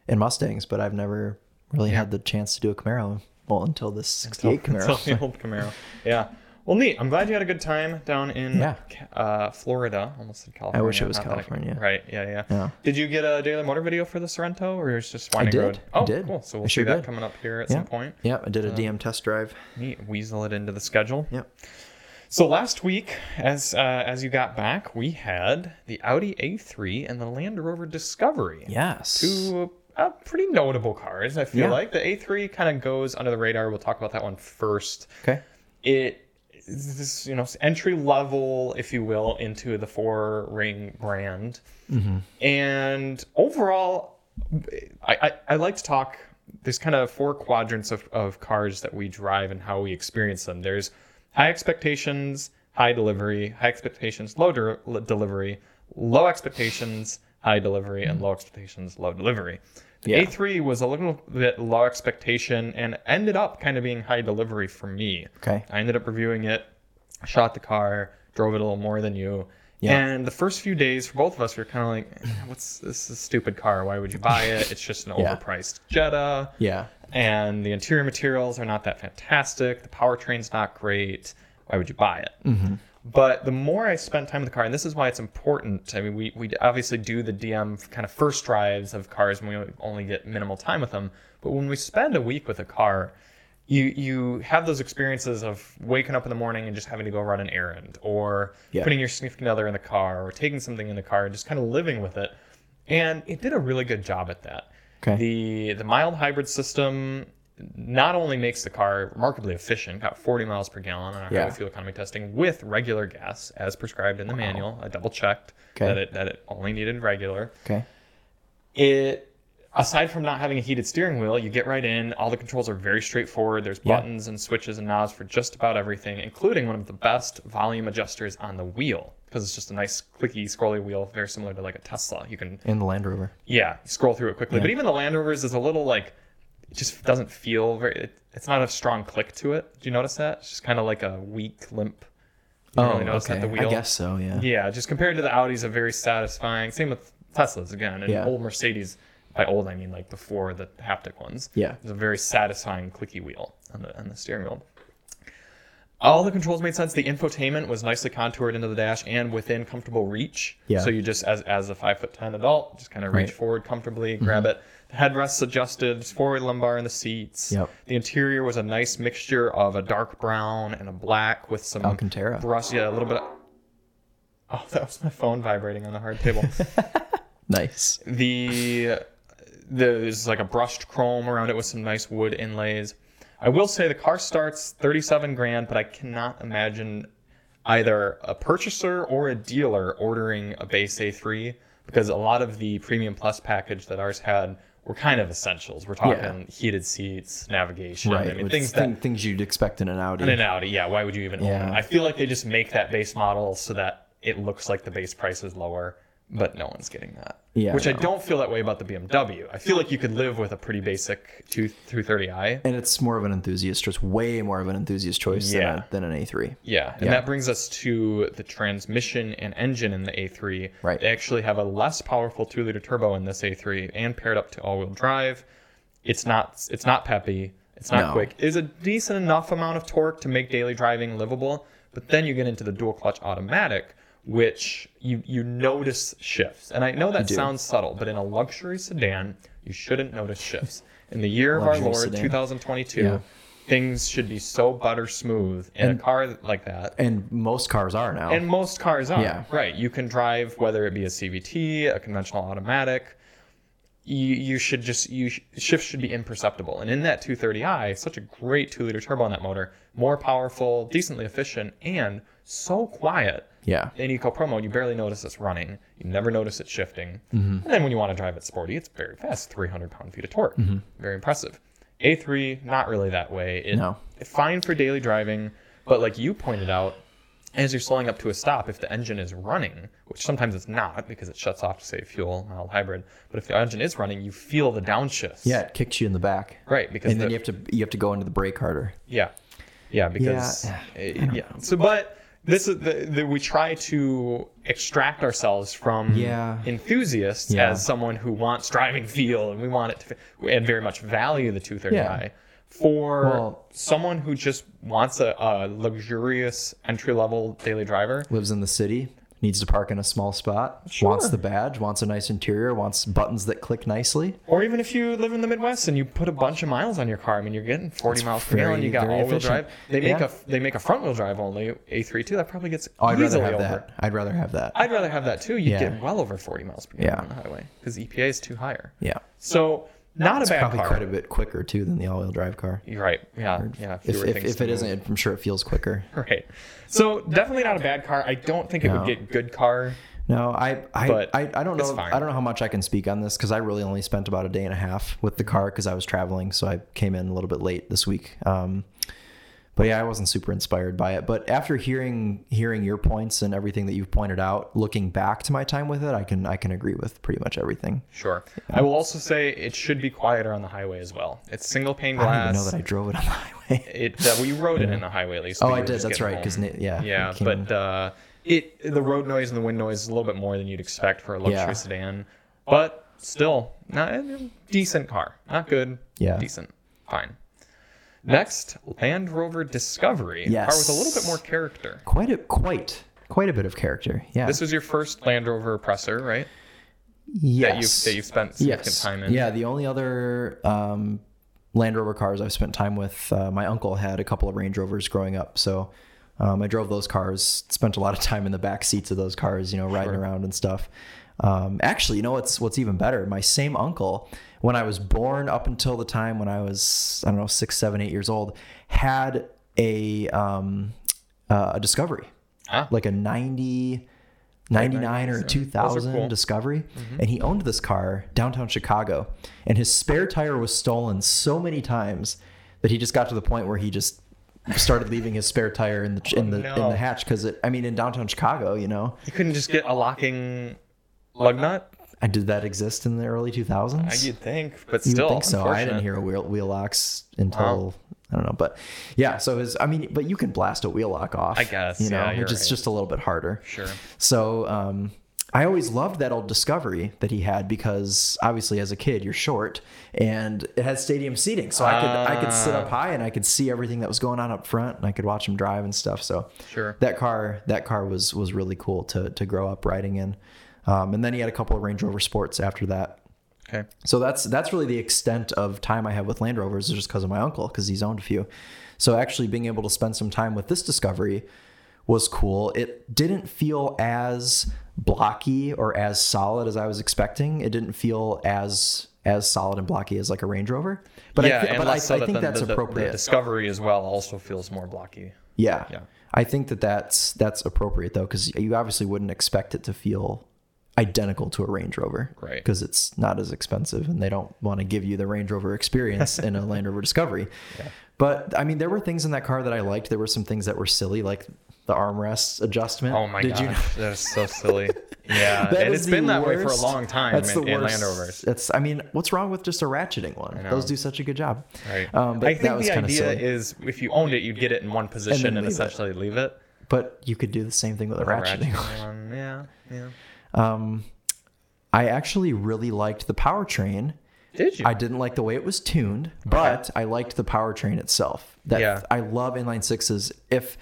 in Mustangs, but I've never really had the chance to do a Camaro. Well, until this '68 <laughs> Until- Camaro. until the old Camaro. Yeah. Well, neat. I'm glad you had a good time down in Yeah. Ca- uh, Florida. Almost said California. wish it was not that California. right. Yeah, yeah. Yeah. Did you get a Daily Motor video for the Sorrento, or it's just Winding did. Road? I Oh, did. cool. So I we'll sure see that did. coming up here at Yeah. some point. Uh, Yeah, I did a DM test drive. Neat. Weasel it into the schedule. Yep. So last week, as uh, as you got back, we had the Audi A3 and the Land Rover Discovery. Yes. Two uh, pretty notable cars, I feel Yeah. like. The A3 kind of goes under the radar. We'll talk about that one first. Okay. it is this you know entry level if you will into the four ring brand Mm-hmm. and overall I, I i like to talk there's kind of four quadrants of, of cars that we drive and how we experience them there's high expectations high delivery high expectations low der- delivery low expectations high delivery and low expectations low delivery the Mm-hmm. Yeah. a3 was a little bit low expectation and ended up kind of being high delivery for me Okay. I ended up reviewing it, shot the car, drove it a little more than you. Yeah. And the first few days for both of us, we were kind of like, "Eh, what's this is a stupid car? Why would you buy it? It's just an Yeah. overpriced Jetta. Yeah. And the interior materials are not that fantastic. The powertrain's not great. Why would you buy it? But the more I spent time with the car, and this is why it's important. I mean, we, we obviously do the DM kind of first drives of cars, and we only get minimal time with them. But when we spend a week with a car, you you have those experiences of waking up in the morning and just having to go run an errand, or Yeah. putting your significant other in the car, or taking something in the car, and just kind of living with it. And it did a really good job at that. Okay. The the mild hybrid system not only makes the car remarkably efficient, got 40 miles per gallon on our Yeah. highway fuel economy testing with regular gas as prescribed in the manual. I double checked Okay. that it that it only needed regular. Okay. It aside from not having a heated steering wheel, you get right in. All the controls are very straightforward. There's Yeah. buttons and switches and knobs for just about everything, including one of the best volume adjusters on the wheel because it's just a nice clicky scrolly wheel, very similar to like a Tesla. You can And the Land Rover. yeah, scroll through it quickly. But even the Land Rovers is a little like, it just doesn't feel very. It, it's not a strong click to it. Do you notice that? It's just kind of like a weak limp. You don't really notice that at the wheel. Oh, I guess so. Yeah. Yeah, just compared to the Audis, a very satisfying. Same with Teslas again, and Yeah. old Mercedes. By old, I mean like before the haptic ones. Yeah. it's a very satisfying clicky wheel on the on the steering wheel. All the controls made sense. The infotainment was nicely contoured into the dash and within comfortable reach. Yeah. So you just, as as a five foot ten adult, just kind of reach Right. Mm-hmm. forward comfortably, grab it. The headrests adjusted, forward lumbar in the seats. Yep. The interior was a nice mixture of a dark brown and a black with some Alcantara. brush. Yeah, a little bit. Of, oh, <laughs> that was my phone vibrating on the hard table. Nice. the there's like a brushed chrome around it with some nice wood inlays. I will say the car starts 37 grand, but I cannot imagine either a purchaser or a dealer ordering a base A3 because a lot of the premium plus package that ours had were kind of essentials. We're talking heated seats, navigation, I mean which things is that thing- things you'd expect in an Audi. in and out. Yeah, why would you even own Yeah. them? I feel like they just make that base model so that it looks like the base price is lower, but no one's getting that. Yeah, Which I no. don't feel that way about the BMW. I feel like you could live with a pretty basic 2 230i. and it's more of an enthusiast choice, way more of an enthusiast choice Yeah. than, a, than an A3. Yeah, and that brings us to the transmission and engine in the A3. Right. They actually have a less powerful 2-liter turbo in this A3 and paired up to all-wheel drive. It's not it's not peppy. It's not No. quick. It's a decent enough amount of torque to make daily driving livable, but then you get into the dual clutch automatic which you you notice shifts. And I know that do. sounds subtle, but in a luxury sedan, you shouldn't notice shifts. In the year of our Luxury Lord sedan. 2022, Yeah. things should be so butter smooth in a car like that. And most cars are now. And most cars are. Yeah. Right. You can drive whether it be a CVT, a conventional automatic. You, you should just you sh- shifts should be imperceptible. And in that 230i, such a great 2 liter turbo on that motor, more powerful, decently efficient, and so quiet. yeah. In Eco Pro mode, you barely notice it's running. You never notice it shifting. Mm-hmm. And then when you want to drive it sporty, it's very fast, 300 pound feet of torque. Mm-hmm. Very impressive. A3, not really that way. It, No. Fine for daily driving, but like you pointed out, as you're slowing up to a stop, if the engine is running, which sometimes it's not because it shuts off to save fuel, mild hybrid, but if the engine is running, you feel the downshifts. Yeah. It kicks you in the back. Right, because And then the- you have to you have to go into the brake harder. yeah, yeah, because Yeah, uh, yeah. So, but this is the, the we try to extract ourselves from Yeah. enthusiasts Yeah. as someone who wants driving feel and we want it to fi- and very much value the 230i Yeah. for Well- someone who just wants a, a luxurious entry level daily driver. Lives in the city, needs to park in a small spot, wants Sure. the badge, wants a nice interior, wants buttons that click nicely. Or even if you live in the Midwest and you put a bunch of miles on your car, I mean, you're getting 40 miles per very- gallon. You got very all-wheel efficient. drive. They make Yeah. a they make a front-wheel drive only A32. That probably gets Oh, I'd easily rather have over. that. I'd rather have that. I'd rather have that too. You'd Yeah. get well over 40 miles per gallon Yeah. on the highway because EPA is too higher. yeah. So not a bad Probably car. quite a bit quicker too than the all-wheel drive car. You're right. Yeah. Yeah. If, fewer if, things if to it move. isn't, I'm sure it feels quicker. <laughs> Right. So definitely not a bad car. I don't think it would No. get good car. No, I I, But I, I don't it's know fine. I don't know how much I can speak on this because I really only spent about a day and a half with the car because I was traveling, so I came in a little bit late this week. Um, but yeah, I wasn't super inspired by it. But after hearing hearing your points and everything that you've pointed out, looking back to my time with it, I can I can agree with pretty much everything. Sure. I will also say it should be quieter on the highway as well. It's single pane I don't even know glass. that I drove it on the highway. <laughs> It uh, we rode it in the highway at least. Oh, but I you were did, just that's getting right, 'cause home. Nate- yeah, Yeah, it came but uh, it the road noise and the wind noise is a little bit more than you'd expect for a luxury Yeah. sedan, but still, not a decent car. Not good. Yeah. Decent. Fine. Next, Land Rover Discovery. A Car with a little bit Yes. more character. quite a quite quite a bit of character. Yeah. This was your first Land Rover presser, right? yes. That you've that you've spent significant time in. Yeah, the only other um, Land Rover cars I've spent time with, uh, my uncle had a couple of Range Rovers growing up, so Um, I drove those cars, spent a lot of time in the back seats of those cars, you know, riding Sure. around and stuff. Um, actually, you know what's what's even better? My same uncle, when I was born up until the time when I was I don't know six, seven, eight years old, had a um, uh, a Discovery, Ah. like a 90, 99 or Those a are 2000 cool. Mm-hmm. Discovery, and he owned this car downtown Chicago, and his spare tire was stolen so many times that he just got to the point where he just started leaving his spare tire in the in the in Oh, no. the hatch because it. I mean, in downtown Chicago, you know, You couldn't just get a locking lug nut? I did that exist in the early two I- thousands. You'd think, but You would still. think so. I didn't unfortunate. hear a wheel wheel locks until I don't know, but yeah. So his, I mean, but you can blast a wheel lock off. I guess, you know, yeah, you're which is right. just a little bit harder. Sure. So um, I always loved that old Discovery that he had because obviously as a kid you're short and it had stadium seating, so I could I could sit Ah. up high and I could see everything that was going on up front and I could watch him drive and stuff. So Sure. that car that car was was really cool to to grow up riding in. Um, and then he had a couple of Range Rover Sports after that. Okay. So that's that's really the extent of time I have with Land Rovers is just because of my uncle because he's owned a few. So actually being able to spend some time with this discovery was cool. It didn't feel as blocky or as solid as I was expecting. It didn't feel as as solid and blocky as like a Range Rover. But yeah, I, thi- and but I, less so I that think then that's the- the- appropriate. The discovery as well also feels more blocky. Yeah. Yeah. I think that that's that's appropriate though cuz you obviously wouldn't expect it to feel identical to a Range Rover. Right. Cuz it's not as expensive and they don't want to give you the Range Rover experience in a Land Rover <laughs> Discovery. But I mean there were things in that car that I liked. There were some things that were silly like the armrest adjustment. Oh my Did gosh, you that is <laughs> so silly. Yeah, That <laughs> and is it's been the that way for a worst- long time That's in, the in worst. Land Rovers. It's I mean, what's wrong with just a ratcheting one? know. Those do such a good job. Right. Um, but I think that was the kinda idea silly. is if you owned it, you'd get it in one position and, leave it. essentially leave it. But you could do the same thing with a A ratcheting one. ratchet one, Yeah, yeah. Um, I actually really liked the powertrain. Did you? I didn't like the way it was tuned, but I liked the powertrain itself. That Yeah. I love inline sixes. If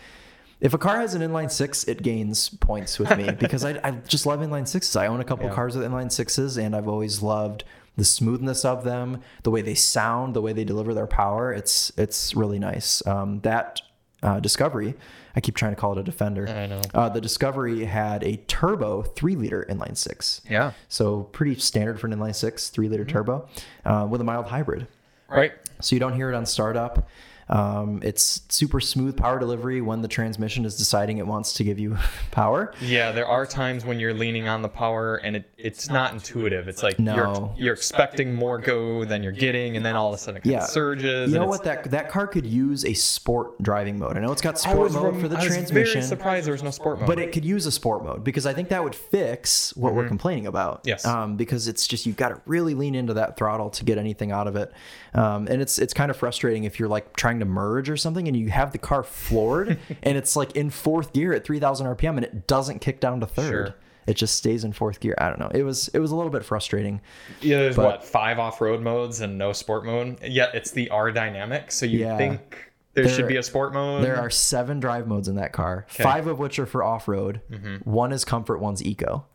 if a car has an inline six, it gains points with <laughs> me because I, I just love inline sixes. I own a couple Yeah. cars with inline sixes, and I've always loved the smoothness of them, the way they sound, the way they deliver their power. It's it's really nice. Um, that uh, Discovery, I keep trying to call it a Defender. I know. Uh, the Discovery had a turbo three liter inline six. yeah. Mm-hmm. So pretty standard for an inline six, three liter turbo, uh, with a mild hybrid. Right. So you don't hear it on startup. Um, it's super smooth power delivery when the transmission is deciding it wants to give you <laughs> power. Yeah, there are times when you're leaning on the power and it, it's not intuitive. It's like No. you're you're expecting more go than you're getting, and then all of a sudden it kind Yeah. of surges. You know and what it's- that that car could use a sport driving mode. I know it's got I sport was mode rem- for the I was transmission, very surprised there was no sport mode. but it could use a sport mode because I think that would fix what we're complaining about. Mm-hmm. Yes. Um, because it's just you've got to really lean into that throttle to get anything out of it, um, and it's it's kind of frustrating if you're like trying to merge or something and you have the car <laughs> floored and it's like in fourth gear at 3,000 RPM and it doesn't kick down to third. Sure. It just stays in fourth gear. I don't know. It was it was a little bit frustrating. Yeah, there's But- what five off-road modes and no sport mode. Yet it's the R dynamic, so you Yeah. think there, There- should be a sport mode. There are seven drive modes in that car, five of which are for off road. Mm-hmm. One is comfort, one's eco.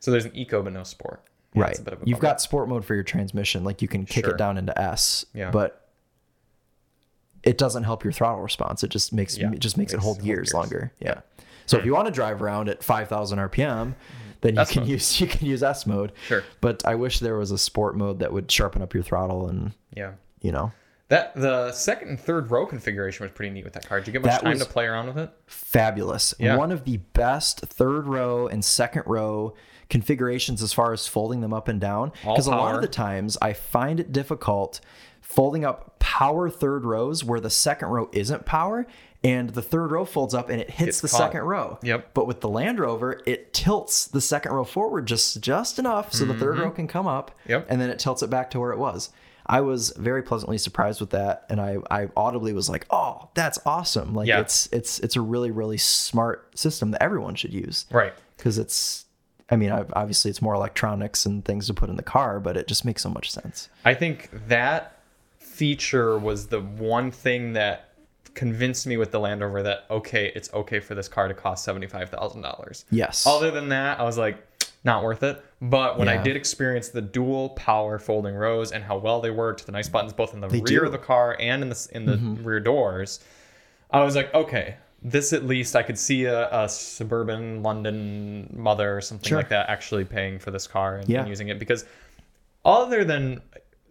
so there's an eco but no sport. Yeah, right. it's a bit of a You've bummer. got sport mode for your transmission, like you can kick Sure. it down into S. Yeah. But it doesn't help your throttle response. It just makes Yeah. it just makes, it hold gears, gears. longer. Yeah. So if you want to drive around at 5,000 RPM, then you Hmm. S can mode. use you can use S mode. Sure. But I wish there was a sport mode that would sharpen up your throttle and yeah. you know That the second and third row configuration was pretty neat with that card. Did you get much That time was- to play around with it? fabulous. Yeah. One of the best third row and second row configurations as far as folding them up and down. All Because a lot power. of the times I find it difficult folding up power third rows where the second row isn't power and the third row folds up and it hits Gets the caught. second row. Yep. But with the Land Rover, it tilts the second row forward just just enough so the third row can come up Mm-hmm. Yep. and then it tilts it back to where it was. I was very pleasantly surprised with that and I I audibly was like, "Oh, that's awesome." Like Yeah. it's it's it's a really really smart system that everyone should use Right. because it's I mean I've, obviously it's more electronics and things to put in the car, but it just makes so much sense. I think that feature was the one thing that convinced me with the Land Rover that okay, it's okay for this car to cost seventy five thousand dollars. Yes. Other than that, I was like, not worth it. But when Yeah. I did experience the dual power folding rows and how well they worked, the nice buttons both in the rear do. Mm-hmm. of the car and in the s- in the rear doors, I was like, okay, this at least I could see a, a suburban London mother or something Sure. like that actually paying for this car and, and Yeah. using it because other than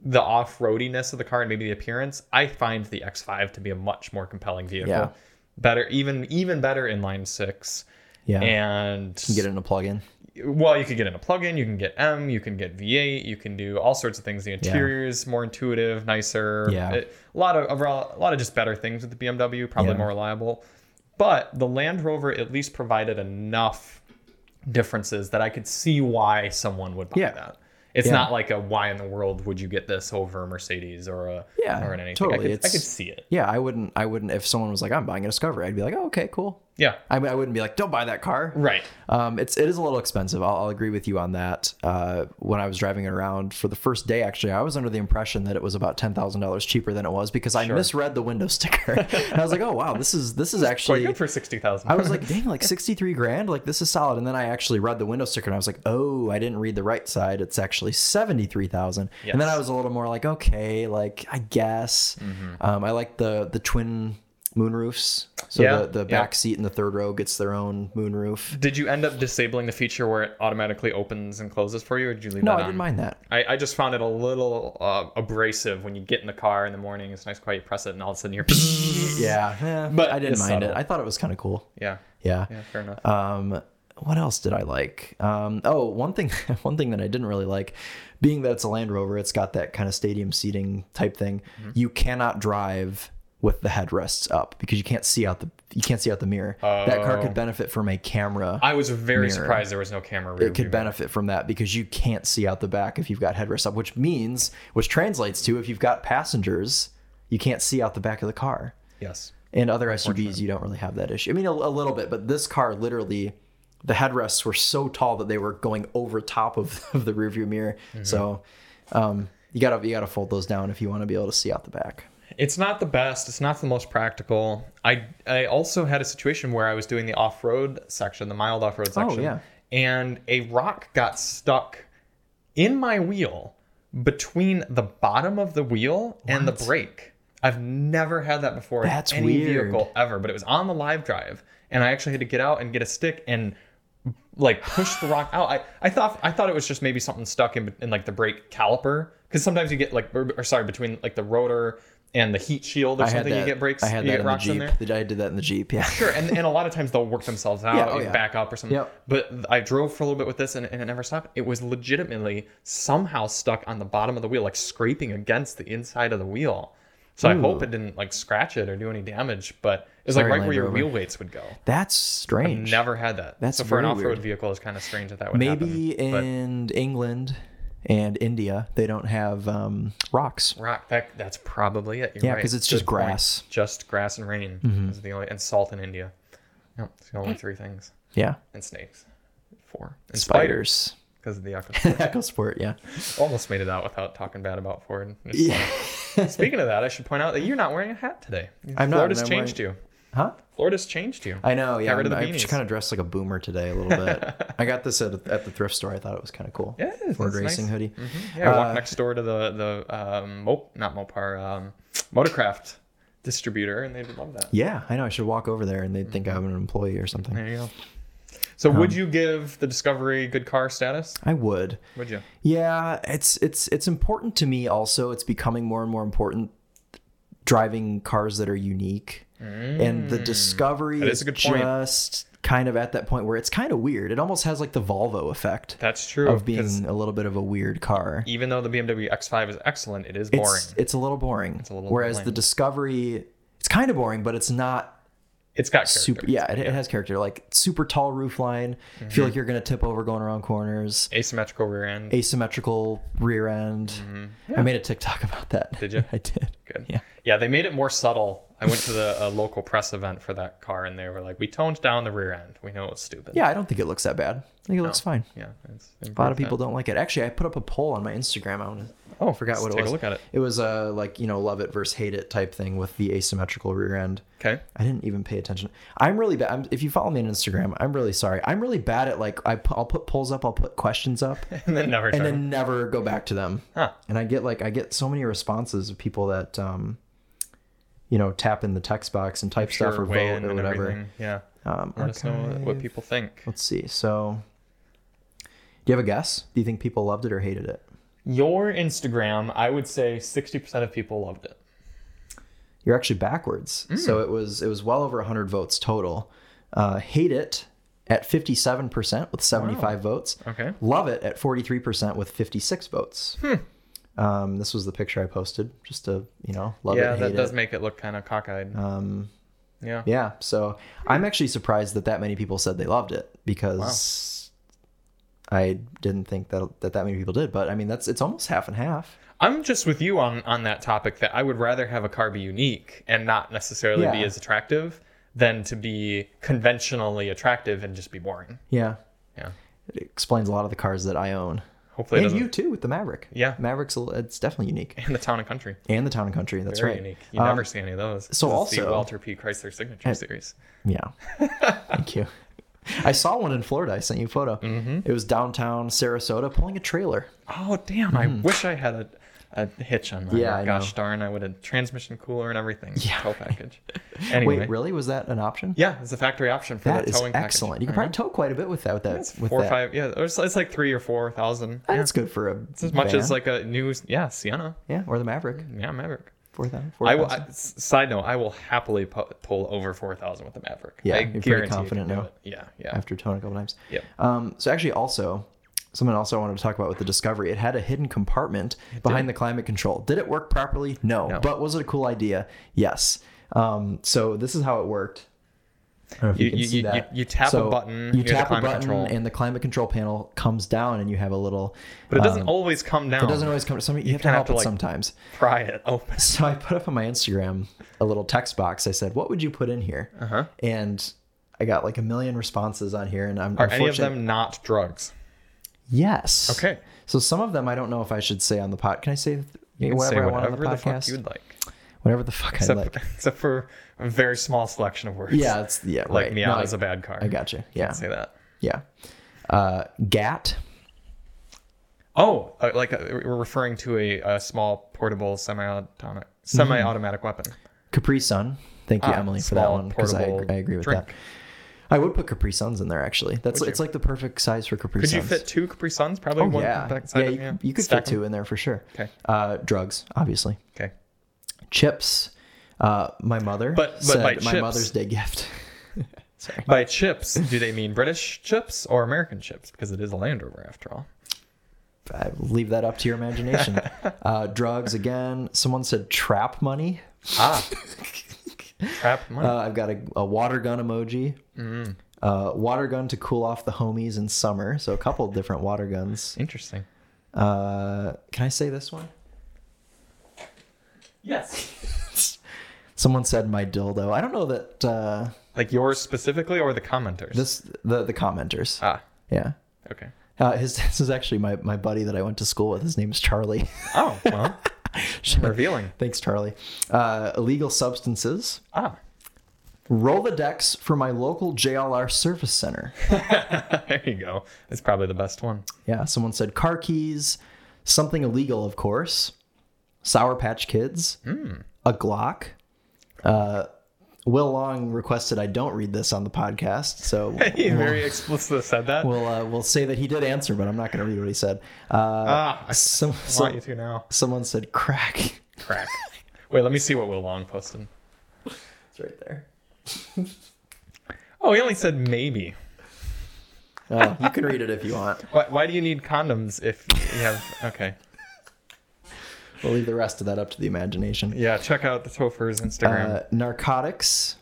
the off-roadiness of the car and maybe the appearance, I find the X5 to be a much more compelling vehicle. Yeah. Better, even even better in line six, Yeah. and Get it in a plug-in. well, you can get in a plug-in, you can get M, you can get V8, you can do all sorts of things. The interior is more intuitive, nicer. Yeah. It- a lot of overall, a lot of just better things with the BMW, probably Yeah. more reliable. But the Land Rover at least provided enough differences that I could see why someone would buy Yeah. that. It's Yeah. not like a why in the world would you get this over a Mercedes or a Yeah, or an anything. I totally. could, I It's- could see it. Yeah, I wouldn't. I wouldn't. If someone was like, "I'm buying a Discovery," I'd be like, "Oh, okay, cool." Yeah. I mean, I wouldn't be like, "Don't buy that car." Right. Um, it's it is a little expensive. I'll, I'll agree with you on that. Uh, when I was driving it around for the first day, actually, I was under the impression that it was about ten thousand dollars cheaper than it was because I misread the window <laughs> sticker. And I was like, oh wow, this is this is Quite actually. good for sixty thousand. I was like, dang, like sixty three grand, like this is solid. And then I actually read the window sticker and I was like, oh, I didn't read the right side. It's actually seventy three thousand. And then Yes. Mm-hmm. I was a little more like, okay, like I guess. Um, I like the the twin moonroofs. So Yeah, the, the yeah. back seat in the third row gets their own moonroof. <laughs> Did you end up disabling the feature where it automatically opens and closes for you, or did you leave No, that I on? didn't mind <sniffs> that. I, I just found it a little uh, abrasive when you get in the car in the morning. It's nice, quiet. You press it, and all of a sudden you're. <laughs> Yeah, eh, But I didn't it's mind it. subtle. I thought it was kind of cool. yeah, Yeah. yeah, fair enough. Um, what else did I like? Um, oh, one thing, <laughs> one thing that I didn't really like, being that it's a Land Rover, it's got that kind of stadium seating type thing. You cannot drive with the headrests up because you can't see out the you can't see out the mirror. That car could benefit from a camera. I was very mirror. surprised there was no camera. rear it could view. benefit from that because you can't see out the back if you've got headrests up, which means, which translates to if you've got passengers, you can't see out the back of the car. Yes. And other SUVs, you don't really have that issue. I mean, a, a little bit, but this car literally, the headrests were so tall that they were going over top of, <laughs> of the rearview mirror. Mm-hmm. So, um, you gotta you gotta fold those down if you want to be able to see out the back. it's not the best it's not the most practical i i also had a situation where i was doing the off-road section the mild off-road section Oh, yeah. and a rock got stuck in my wheel between the bottom of the wheel and the brake i've never had that before That's in any weird. vehicle ever but it was on the live drive and i actually had to get out and get a stick and like push the rock out. I, I thought I thought it was just maybe something stuck in, in like the brake caliper because sometimes you get like or, or sorry between like the rotor and the heat shield or I had something you that. get brakes I had you that get in the rocks in Jeep. there. I did that in the Jeep. Yeah. Sure, and, and a lot of times they'll work themselves out oh, <laughs> and yeah. back up or something. Yep. But I drove for a little bit with this and, and it never stopped. It was legitimately somehow stuck on the bottom of the wheel, like scraping against the inside of the wheel. So I hope it didn't like scratch it or do any damage, but it was Sorry, like right Land where your Rover. wheel weights would go. That's strange. Never had that. That's so for an very off-road weird. vehicle, it's kind of strange that that would happen. Maybe but- in England and India they don't have um, rocks. Rock. That that's probably it. You're Yeah, right. 'cause it's just point. grass. Mm-hmm. Just grass and rain is the only, and salt in India. No, it's the only three things. Yeah. And snakes, four. And Spiders. because of the aqua. <laughs> Echo Sport. <laughs> Yeah. Almost made it out without talking bad about <laughs> Ford. It's like- Speaking of that, I should point out that you're not wearing a hat today. I'm not, Florida's and I'm changed you. Huh? Florida's changed you. I know. Yeah, rid of I'm- the I'm beanies. kind of dressed like a boomer today a little <laughs> bit. I got this at, at the thrift store. I thought it was kind of cool. Yeah, it's Ford nice. Mm-hmm. racing hoodie. Yeah, I walked Uh, next door to the the um, Mop, not Mopar, um, Motorcraft distributor, and they would love that. Yeah, I know. I should walk over there and they'd think Mm-hmm. I'm an employee or something. There you go. Um, So, would you give the Discovery good car status? I would. Would you? Yeah, it's it's it's important to me. Also, it's becoming more and more important driving cars that are unique. And the Discovery Mm. That is is, a good point. just kind of at that point where it's kind of weird. It almost has like the Volvo effect That's true. of because being a little bit of a weird car. even though the BMW X5 is excellent, it is boring. It's, it's a little boring. a little Whereas bland. the Discovery, it's kind of boring, but it's not it's got character. Mm-hmm. super. Yeah, it, it has character. Like super tall roof line. Feel like you're gonna tip over going around corners. asymmetrical rear end. Asymmetrical rear end. I made a TikTok <laughs> about that. Mm-hmm. Did you? I did. Good. Yeah. Yeah, they made it more subtle. I went to the uh, local press event for that car, and they were like, "We toned down the rear end. We know it was stupid." Yeah, I don't think it looks that bad. I think it looks fine. yeah. It's A lot of people don't like it. Actually, I put up a poll on my Instagram. I want to Oh, forgot what it take was. a look at it. It was a like you know love it versus hate it type thing with the asymmetrical rear end. Okay. <laughs> I didn't even pay attention. I'm really bad. I'm, if you follow me on Instagram, I'm really sorry. I'm really bad at like I pu- I'll put polls up, I'll put questions <laughs> up, And then never. and And then never go back to them. Huh. And I get like I get so many responses of people that um, you know, tap in the text box and type stuff Sure, or weigh vote in or and whatever. everything. Yeah. Um, Let us know what archive. people think. Let's see. So, do you have a guess? Do you think people loved it or hated it? Your Instagram, I would say 60% of people loved it. You're actually backwards. Hmm. So it was it was well over 100 votes total. Uh, hate it at 57% with 75 votes. Okay. Love it at 43% with 56 votes. Hmm. Um, this was the picture I posted just to, you know, love yeah, it, hate that does it. make it look kind of cockeyed. um, yeah. yeah. So I'm actually surprised that that many people said they loved it because I didn't think that, that that many people did. But I mean, that's it's almost half and half. I'm just with you on, on that topic that I would rather have a car be unique and not necessarily be Yeah. as attractive than to be conventionally attractive and just be boring. Yeah. Yeah. It explains a lot of the cars that I own. Hopefully it and doesn't. you too with the Maverick. Yeah. Mavericks. a- It's definitely unique, <laughs> in the town and country. and the town and country. That's Very right. unique. You Um, never see any of those. so This is the also- Walter P. Chrysler Signature Series. Yeah. Thank you. I saw one in Florida. I sent you a photo. Mm-hmm. It was downtown Sarasota pulling a trailer. Oh damn! I wish I had a, a hitch on my Mm. Yeah, I gosh know. darn! I would have transmission cooler and everything. Yeah. <laughs> tow package. Anyway, Wait, really? Was that an option? yeah, it's a factory option for That the is towing package. excellent. You can probably tow quite a bit with that. With that, It's with four or that. five. Yeah, it's, it's like three or four thousand. Yeah, That's good for a. it's as much van. as like a new yeah Sienna. yeah, or the Maverick. Yeah, Maverick. Four thousand. I will. I, s- side note: I will happily pu- pull over four thousand with the Maverick. Yeah, I you're pretty guarantee you confident can do now. it. Yeah, yeah. after towing a couple times. Yep. Um, so actually, also something else I wanted to talk about with the Discovery, it had a hidden compartment behind the climate control. Did it work properly? No. But was it a cool idea? Yes. Um, so this is how it worked. I don't know if You- can you- see you- that. you tap a button You near the tap a climate button, control. and the climate control panel comes down, and you have a little. But it doesn't um, always come down. Oh, it doesn't always come. Some, you, have to kinda help have it to, like- sometimes. pry it open. So I put up on my Instagram a little text box. I said, "What would you put in here?" Uh-huh. And I got like a million responses on here, and I'm Are any of unfortunate- them not drugs? Yes. Okay. So some of them I don't know if I should say on the pod. Can I say, th- You can whatever say I want on the whatever podcast? fuck you'd like. whatever the fuck I Except, like. <laughs> except for a very small selection of words. Yeah, it's yeah, <laughs> Like right. Miata No, I- is a bad car. I gotcha. Yeah, Say that. yeah. Uh, GAT. Oh, uh, like uh we're referring to a, a small portable semi-automatic Mm-hmm. semi-automatic weapon. Capri Sun. Thank you, Ah, Emily, for that small, one because I, portable I agree with drink. that. I would put Capri Suns in there actually. That's it's like the perfect size for Capri Could Suns. you fit two Capri Suns? Probably one Oh, yeah, compact yeah, side you, of- yeah. you could Stack fit two in there for sure. Okay. Uh, drugs, obviously. them. Okay. Chips. Uh, my mother But- but said by my chips- Mother's Day gift. Sorry. By chips, do they mean British chips or American chips? Because it is a Land Rover after all. I leave that up to your imagination. uh, drugs again. Someone said trap money. <laughs> Ah. Trap money. Uh, I've got a, a water gun emoji. Uh, water gun to cool off the homies in summer. So a couple different water guns. Interesting. Uh, can I say this one? Yes. Someone said my dildo. I don't know that uh, Like yours specifically or the commenters? this the the commenters. ah. Yeah. Okay. Uh, his <laughs> this is actually my, my buddy that I went to school with. His name is Charlie. <laughs> Oh, well. <laughs> revealing. Thanks, Charlie. Uh, illegal substances. Ah. Roll the decks for my local JLR service center. there you go. It's probably the best one. Yeah, someone said car keys, something illegal, of course. Sour Patch Kids, a Glock. Uh, Will Long requested I don't read this on the podcast, so He very explicitly said that. we'll uh, we'll say that he did answer, but I'm not going to read what he said. Uh, ah, I some, want some- you to now. someone said crack. Crack. Wait, let me see what Will Long posted. It's right there. Oh, he only said maybe. Oh, you can read it if you want. Why, why do you need condoms if you have. Okay. We'll leave the rest of that up to the imagination. Yeah, check out the Topher's Instagram. Uh, narcotics.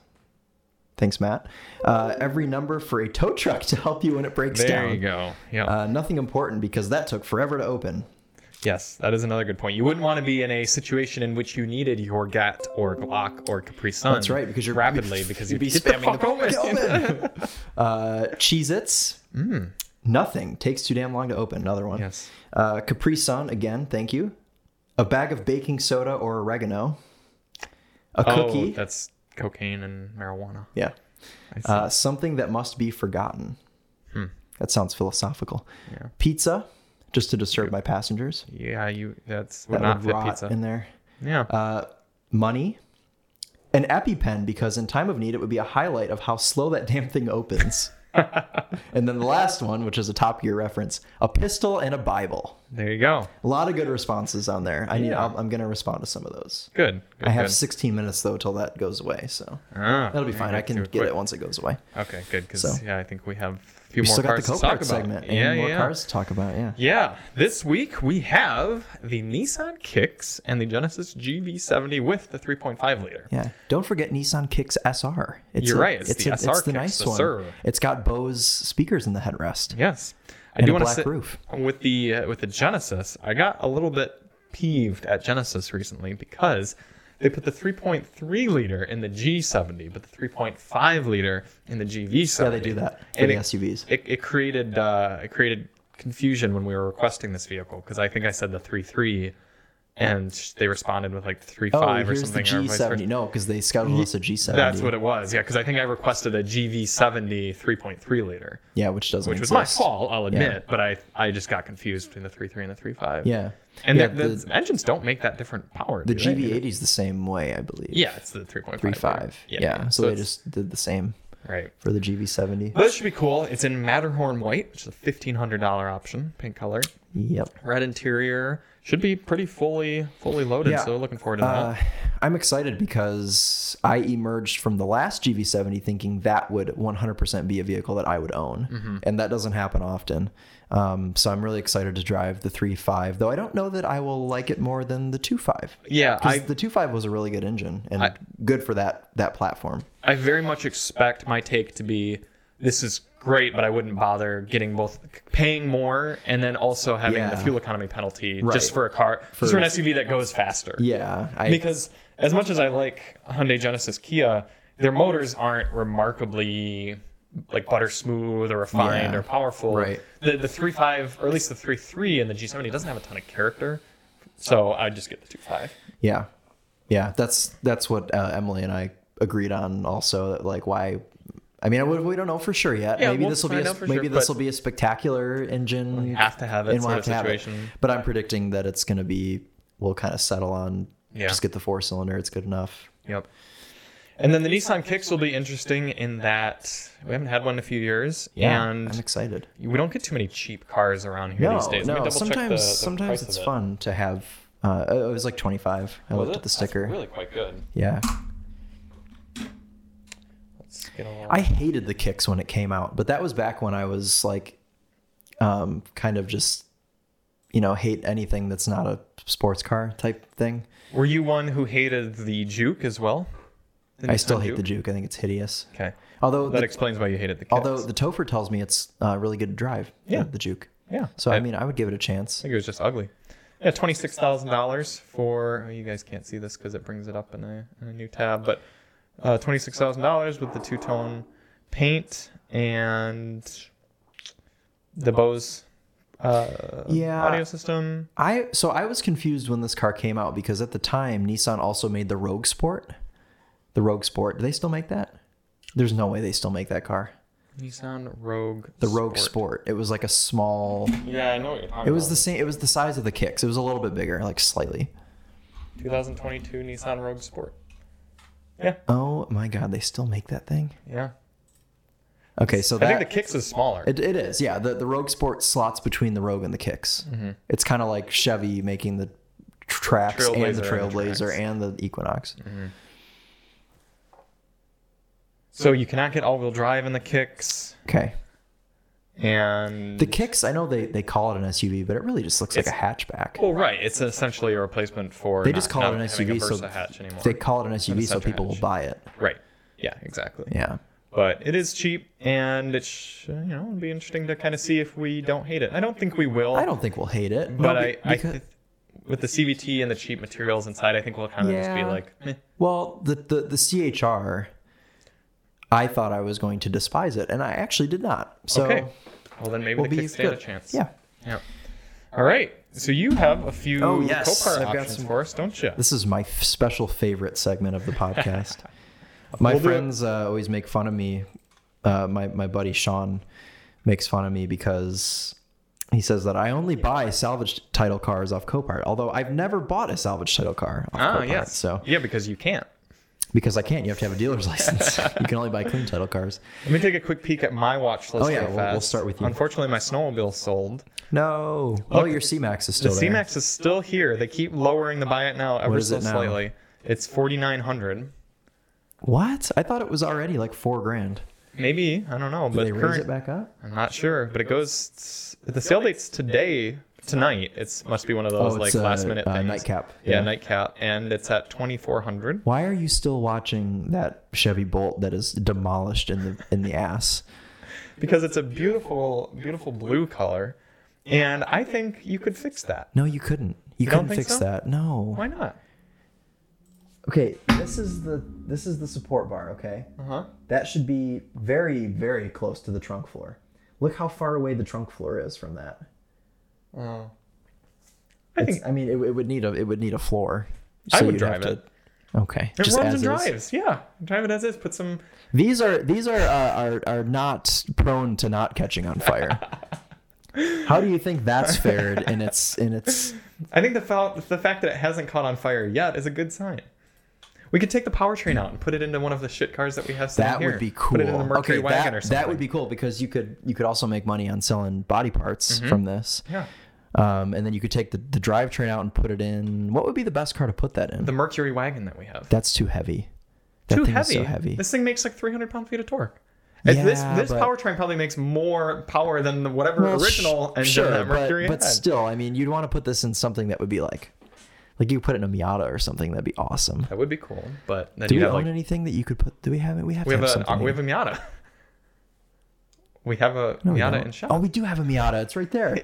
Thanks, Matt. Uh, every number for a tow truck to help you when it breaks there down. you go. Yeah. Uh, nothing important because that took forever to open. yes, that is another good point. You wouldn't want to be in a situation in which you needed your GAT or Glock or Capri Sun. That's right, because you're rapidly because you'd be Get the spamming fuck open, <laughs> the, get open! uh, Cheez-Its. Nothing takes too damn long to open. Another one. Mm. Yes. Uh, Capri Sun again. Thank you. A bag of baking soda or oregano. A Oh, cookie. that's cocaine and marijuana. Yeah. I see. Hmm. Uh, something that must be forgotten. That sounds philosophical. Yeah. Pizza, just to disturb my passengers. Yeah, you. That's would That not would uh, fit rot pizza. in there. yeah. Uh, money, an EpiPen because in time of need, it would be a highlight of how slow that damn thing <laughs> opens. and then the last one, which is a Top Gear reference, a pistol and a Bible. There you go. A lot of good responses on there. I need. Yeah. I'm, I'm going to respond to some of those. Good. good I have good. 16 minutes though till that goes away, so Ah, that'll be yeah, fine. get I can to get quick. it once it goes away. Okay, good. Because So. yeah, I think we have a few We more still got the cars to Copart talk about. segment and yeah, more yeah. cars to talk about. Yeah. Yeah, this week we have the Nissan Kicks and the Genesis GV70 with the 3.5 liter. Yeah. Don't forget Nissan Kicks SR. It's You're right, it's the SR Kicks, the Sur. It's got Bose speakers in the headrest. Yes, I And do a want to black sit roof. with the uh, with the Genesis. I got a little bit peeved at Genesis recently because they put the 3.3 liter in the G70, but the 3.5 liter in the GV70. Yeah, they do that for And the it- SUVs. It, it created uh, it created confusion when we were requesting this vehicle because I think I said the three three, and sh- they responded with like three Oh, five or here's the something. or vice G70. versa. No, because they scheduled us a G70. That's what it was. Yeah, because I think I requested a GV70 3.3 liter, yeah, which doesn't. which was exist. my fault, I'll admit. But I I just got confused between the three three and the three five. Yeah. And yeah, the, the, the, engines don't make that different power. the do they? GV80 is the same way, I believe. Yeah, it's the 3.5. Three five. Yeah. So, they it's- just did the same right. for the GV70. But this should be cool. It's in Matterhorn white, which is a fifteen hundred dollar option, pink color. Yep. red interior should be pretty fully fully loaded Yeah. so looking forward to Uh, that I'm excited because I emerged from the last GV70 thinking that would 100% be a vehicle that I would own, Mm-hmm. and that doesn't happen often. Um, so I'm really excited to drive the 3.5, though I don't know that I will like it more than the 2.5. yeah Because I, the 2.5 was a really good engine and I- good for that that platform. I very much expect my take to be this is great but i wouldn't bother getting both paying more and then also having the Yeah. fuel economy penalty Right. just for a car for, just for an suv that goes faster Yeah, I, because as much as i like hyundai genesis kia their motors aren't remarkably like butter smooth or refined Yeah. or powerful Right. the the 3.5 or at least the 3.3 and the g70 doesn't have a ton of character so i just get the 2.5 yeah, yeah. That's that's what uh, Emily and I agreed on. Also, that, like why. I mean, I would- we don't know for sure yet. Yeah, maybe we'll this will be find a, out for maybe sure, this but- will be a spectacular engine. have to have it and we'll sort have of to have it. situation. But I'm predicting that it's going to be we'll kind of settle on Yeah. just get the four cylinder. It's good enough. Yep. And then the Nissan Kicks will be interesting in that we haven't had one in a few years, and I'm excited. we don't get too many cheap cars around here No, these days. Let me no. double check the- Sometimes the sometimes price it's of it. fun to have. Uh, it was like 25. I looked Was it? at the That's sticker. really quite good. Yeah, Let's get along. I hated the kicks when it came out, but that was back when I was like, um, kind of just, you know, hate anything that's not a sports car type thing. Were you one who hated the Juke as well? I still hate the Juke. I think it's hideous. Okay. Although, That the, explains why you hated the Kicks. although the Topher tells me it's uh, really good to drive. the- Yeah. the Juke. yeah. So I mean, I would give it a chance. I think it was just ugly. Yeah, twenty six thousand dollars for oh, you guys can't see this because it brings it up in a, in a new tab, but uh, twenty six thousand dollars with the two tone paint and the Bose uh, Yeah. audio system. I so I was confused when this car came out because at the time Nissan also made the Rogue Sport. The Rogue Sport. Do they still make that? There's no way they still make that car. Nissan Rogue. The Rogue Sport. It was like a small. Yeah, I know what you're talking It was the same. It was the size of the kicks. It was a little bit bigger, like slightly. the 2022 Nissan Rogue Sport. Yeah, Oh my god, they still make that thing. yeah. Okay, so I think that the Kicks is smaller. it, it is. Yeah, the the Rogue Sport slots between the Rogue and the kicks. Mm-hmm. It's kind of like Chevy making the tr- tracks and the Trailblazer and Trailblazer the tracks. Mm-hmm. and the Equinox. so you cannot get all wheel drive in the Kicks, Okay. and The kicks, I know they, they call it an SUV, but it really just looks like a hatchback. Well, right. It's essentially a replacement for. They just not- call not it an having a SUV, so Versa hatch anymore. They call it an SUV so such a people will hatch. buy it. Right. Yeah. Exactly. Yeah. But it is cheap, and it's you know it'd be interesting to kind of see if we don't hate it. I don't think we will. I don't think we'll hate it. But No, I, be- I because- th- with the CVT and the cheap materials inside, I think we'll kind of just be Yeah. like, meh. Well, the, the the CHR, I thought I was going to despise it, and I actually did not. So okay. Well, then maybe we'll the be kicks stand a good. chance. yeah, Yeah. All right. So you have a few Oh, yes. Copart I've got options some- for us, don't you? this is my f- special favorite segment of the <laughs> podcast. my We'll do it. friends uh, always make fun of me. Uh, my my buddy Sean makes fun of me because he says that I only buy salvage title cars off Copart. Although I've never bought a salvage title car. Off Ah, Copart, yes. So yeah, because you can't. because I can't. You have to have a dealer's <laughs> license. you can only buy clean title cars. Let me take a quick peek at my watch list. Oh, yeah, real we'll- fast. we'll start with you. Unfortunately, my snowmobile sold. No. oh, your C-Max is still the there. C-Max is still here. They keep lowering the buy it now ever is so it now? slightly. It's 4900. What? I thought it was already like four grand. Maybe, I don't know, Did but they raise current it back up? I'm not sure, but it goes the sale date's today, tonight. It's must be one of those Oh, like it's, uh, last minute uh, things. nightcap. Yeah, Yeah. nightcap and it's at 2400. Why are you still watching that Chevy Bolt that is demolished in the in the ass? because it's a beautiful, beautiful blue color, and I think you could fix that. No, you couldn't. You, couldn't don't think fix so? that. No. Why not? Okay, this is the this is the support bar, okay? Uh huh. That should be very very close to the trunk floor. Look how far away the trunk floor is from that. Oh. I It's- think I mean it, it would need a it would need a floor. I So would you'd have drive to- it. Okay. It as runs and is. drives. Yeah, drive it as is. Put some. These are these are uh, are are not prone to not catching on fire. How do you think that's fared in its in its I think the fa- the fact that it hasn't caught on fire yet is a good sign. We could take the powertrain out and put it into one of the shit cars that we have. sitting that here. would be cool. Put it in the Mercury okay, wagon that, or something. that would be cool because you could you could also make money on selling body parts Mm-hmm. from this. Yeah, Um, and then you could take the, the drivetrain out and put it in what would be the best car to put that in? the Mercury wagon that we have. That's too heavy. That Too thing is heavy. so heavy. This thing makes like 300 pound feet of torque. It's- Yeah, this this but- powertrain probably makes more power than the whatever Well, sh- original engine sure, that Mercury but, but had. still, I mean, you'd want to put this in something that would be like like you could put it in a Miata or something that'd be awesome. That would be cool, but then Do you we have own like anything that you could put? Do we have it? We have. we to have, have a uh, something. we have a <laughs> Miata. We have a No, we Miata don't. in shop. Oh, we do have a Miata. It's right <laughs> there.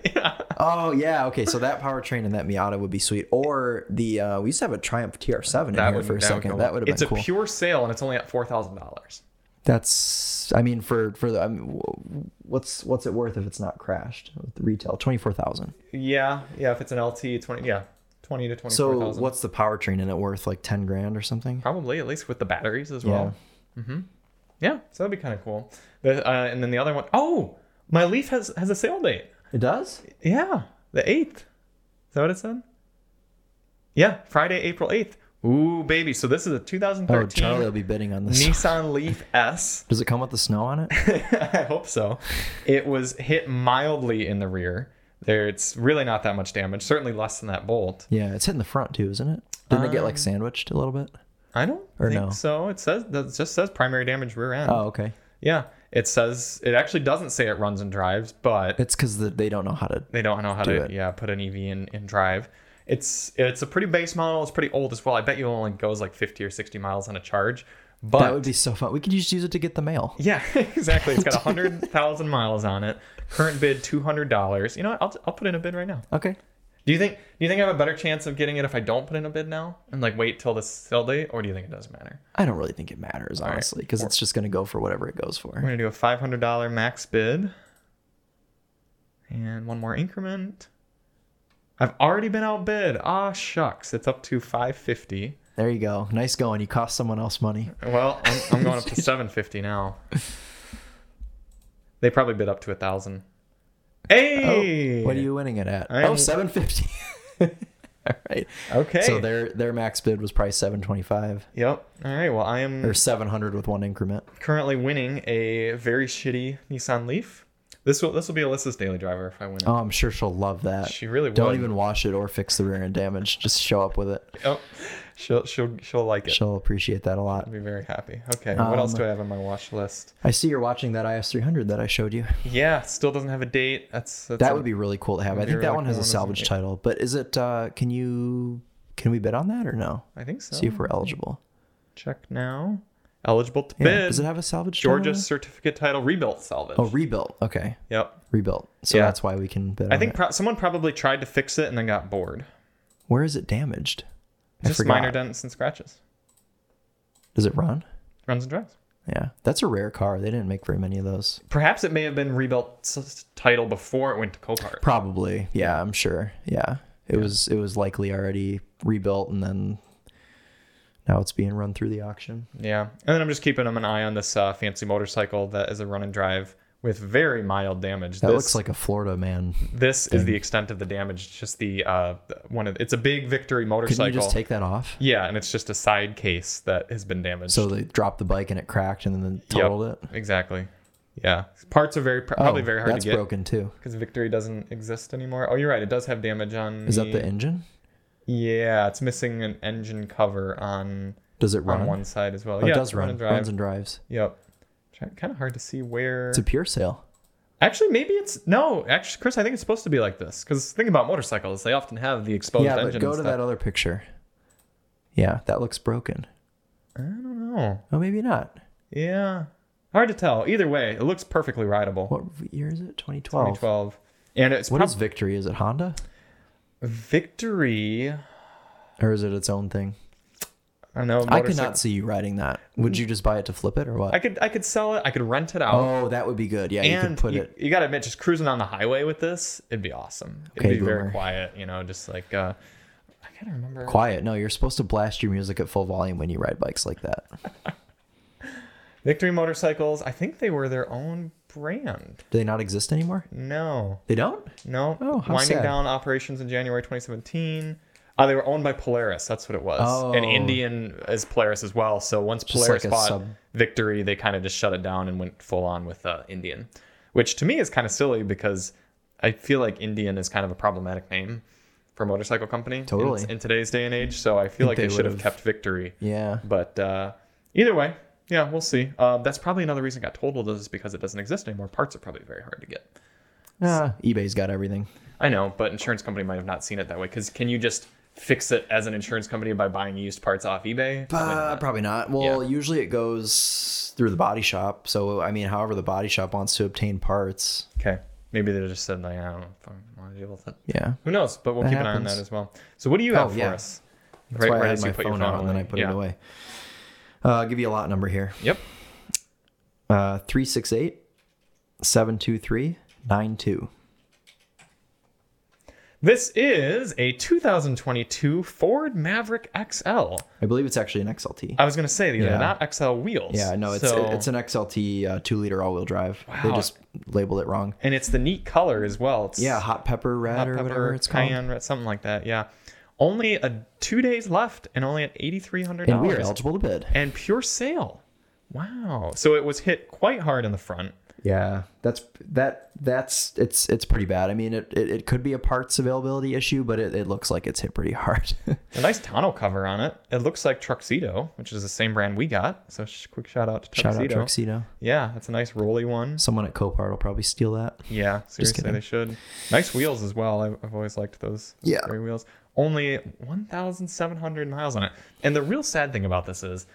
Oh yeah. Okay. So that powertrain and that Miata would be sweet. Or the uh, we used to have a Triumph TR7 in here for a second. go- that would have It's been a cool. pure sale and it's only at four thousand dollars. That's. I mean, for for the I mean, w- what's what's it worth if it's not crashed? With retail twenty four thousand. Yeah, yeah. If it's an LT, twenty yeah, twenty to twenty four So thousand. what's the powertrain in it worth? Like ten grand or something? Probably at least with the batteries as Yeah. well. Yeah, so that'd be kind of cool. The, uh, and then the other one, oh, my Leaf has has a sale date. It does. Yeah, the eighth. Is that what it said? Yeah, Friday, April eighth. Ooh, baby. So this is a Oh, 2013 Charlie will be bidding on this. Nissan Leaf S. <laughs> Does it come with the snow on it? I hope so. It was hit mildly in the rear. There, it's really not that much damage. Certainly less than that bolt. Yeah, it's hitting the front too, isn't it? Didn't it get Um, like sandwiched a little bit? I don't Or think no. so. It says that just says primary damage rear end. Oh, okay. Yeah, it says it actually doesn't say it runs and drives, but It's because the, they don't know how to. they don't know how to it. yeah put an EV in in drive. It's it's a pretty base model. It's pretty old as well. I bet you it only goes like 50 or 60 miles on a charge. But That would be so fun. We could just use it to get the mail. <laughs> Yeah, exactly. It's <laughs> got 100,000 miles on it. Current bid $200. You know what? I'll, I'll put in a bid right now. Okay. Do you think do you think I have a better chance of getting it if I don't put in a bid now and like wait till the sale date or do you think it doesn't matter? I don't really think it matters, honestly, because it's just going to go for whatever it goes We're for. going to do a $500 max bid. And one more increment. I've already been outbid. Ah, shucks. It's up to 550. There you go. Nice going. You cost someone else money. Well, I'm, I'm <laughs> going up to 750 now. They probably bid up to a 1000. Hey! Oh, What are you winning it at? I'm- Oh, 750 <laughs> All right. Okay. So their their max bid was probably 725 Yep. All right. Well, I am or 700 with one increment. currently winning a very shitty Nissan Leaf. This will this will be Alyssa's daily driver if I win it. Oh, I'm sure she'll love that. she really don't would. even wash it or fix the rear end damage. Just show up with it. Yep. Oh. She'll she'll she'll like it. She'll She'll appreciate that a lot. be very happy. Okay. what Um, else do I have on my watch list? I see you're watching that IS300 that I showed you. Yeah. Still doesn't have a date. That's, that's That a- would be really cool to have. I be think that really one has a cool one, salvage isn't title, but is it? Uh, can you? Can we bid on that or no? I think so. See if we're eligible. Check now. Eligible to Yeah. bid. Does it have a salvage? Georgia title? certificate title rebuilt salvage. Oh, rebuilt. Okay, yep. rebuilt. So Yeah. that's why we can bid. I on think it. pro- someone probably tried to fix it and then got bored. Where is it damaged? I Just forgot. minor dents and scratches. Does it run? Runs and drives. Yeah, that's a rare car. They didn't make very many of those. Perhaps it may have been rebuilt s- s- title before it went to Copart. Probably. Yeah, I'm sure. Yeah, it was. It was likely already rebuilt, and then now it's being run through the auction. Yeah, and then I'm just keeping an eye on this uh, fancy motorcycle that is a run and drive with very mild damage. That this looks like a Florida man. this is the extent of the damage. Just the uh, one of it's a big victory Couldn't motorcycle. you just take that off? yeah, and it's just a side case that has been damaged. So they dropped the bike and it cracked and then Yep, totaled it. Exactly. Yeah, parts are very pr- probably Oh, very hard that's to get broken too. because victory doesn't exist anymore. Oh, you're right. It does have damage on. Is that the engine? Yeah, it's missing an engine cover on Does it run? on one side as well. Oh, yeah, it does run run. and drive. Runs and drives. Yep. Kind of hard to see where. It's a pure sale. Actually, maybe it's no. Actually, Chris, I think it's supposed to be like this because think about motorcycles; they often have the exposed yeah, engine. but go and to stuff. that other picture. Yeah, that looks broken. I don't know. Oh, maybe not. Yeah, hard to tell. Either way, it looks perfectly rideable. What year is it? 2012. 2012, and it's What prob- is Victory? Is it Honda victory. I or is it its own thing? don't I know. could motorcycle- not see you riding that. Would you just buy it to flip it or what? Mm. I could. I could sell it. I could rent it out. oh, that would be good. Yeah, you and could put you, it. you gotta admit, just cruising on the highway with this, it'd be awesome. It'd Okay, be very boomer. quiet, you know, just like uh, I can't remember. Quiet. No, you're supposed to blast your music at full volume when you ride bikes like that. Victory Motorcycles. I think they were their own brand. Do they not exist anymore? No, They don't. no. Oh, how Winding sad. down operations in January 2017. Uh, they were owned by Polaris. That's what it was. And Oh. Indian is Polaris as well. So once Just Polaris like a bought sub- Victory, they kind of just shut it down and went full on with uh, Indian, which to me is kind of silly because I feel like Indian is kind of a problematic name for a motorcycle company in- Totally. in, today's day and age. So I feel like they, they should have would've- kept Victory. Yeah. But uh, either way, yeah, we'll see. Uh, that's probably another reason it got totaled is because it doesn't exist anymore. Parts are probably very hard to get. Ah, eBay's got everything. I know, but insurance company might have not seen it that way. Because can you just fix it as an insurance company by buying used parts off eBay? Probably Uh, not. probably not. Well, usually it goes through the body shop. So I mean, however the body shop wants to obtain parts. okay, maybe they just said like, I don't know if I want to deal with it. Yeah. Who knows? But we'll That keep an eye on happens. that as well. So what do you have Oh, for yeah. us? That's why I had as you my put your phone out and then I put Yeah. it away. Uh, I'll give you a lot number here. Yep. Uh, 368 723 92. This is a 2022 Ford Maverick XL. I believe it's actually an XLT. I was gonna say they're Yeah. not XL wheels. yeah, no, it's Uh, so- it's an XLT uh, two liter all wheel drive. They Wow. just labeled it wrong. and it's the neat color as well. It's Yeah, hot pepper red hot or pepper, whatever it's called. cayenne, red, something like that. Yeah, only a two days left, and only at eighty three hundred And we are dollars, eligible to bid. and pure sale. Wow. So it was hit quite hard in the front. Yeah, that's that that's it's it's pretty bad. I mean, it it, it could be a parts availability issue, but it, it looks like it's hit pretty hard. <laughs> A nice tonneau cover on it. It looks like Truxedo, which is the same brand we got. So sh- quick shout out to Truxedo. Shout out Tuxedo. Yeah, that's a nice rolly one. Someone at Copart will probably steal that. Yeah, seriously, kidding. they should. Nice wheels as well. I've, I've always liked those Yeah. gray wheels. Only 1,700 miles on it. And the real sad thing about this is,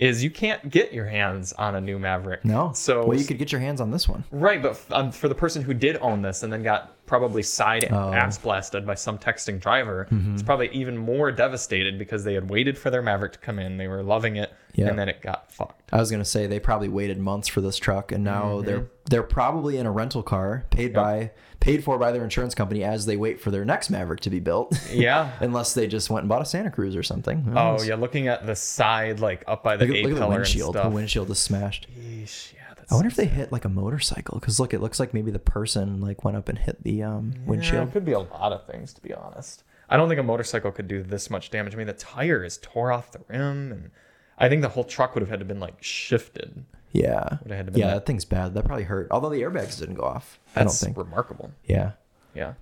is you can't get your hands on a new Maverick. No. So well, you could get your hands on this one. right, but f- um, for the person who did own this and then got probably side Oh. Mm-hmm. ass blasted by some texting driver, it's probably even more devastated because they had waited for their Maverick to come in. They were loving it, Yeah. and then it got fucked. I was gonna say they probably waited months for this truck, and now Mm-hmm. they're they're probably in a rental car paid by paid for by their insurance company as they wait for their next Maverick to be <laughs> built. <laughs> Yeah. Unless they just went and bought a Santa Cruz or something. Who Oh knows? yeah, looking at the side, like up by the Look, at- A look at the pillar windshield. and The stuff. windshield is smashed. Yeesh, yeah, that's I wonder if they hit like a motorcycle because look, it looks like maybe the person like went up and hit the um, Yeah, windshield. it could be a lot of things, to be honest. I don't think a motorcycle could do this much damage. I mean, the tire is tore off the rim, and I think the whole truck would have had to been like shifted. Yeah, Would've had to been yeah, that- that thing's bad. That probably hurt. Although the airbags didn't go off. I don't That's think. remarkable. Yeah, Yeah.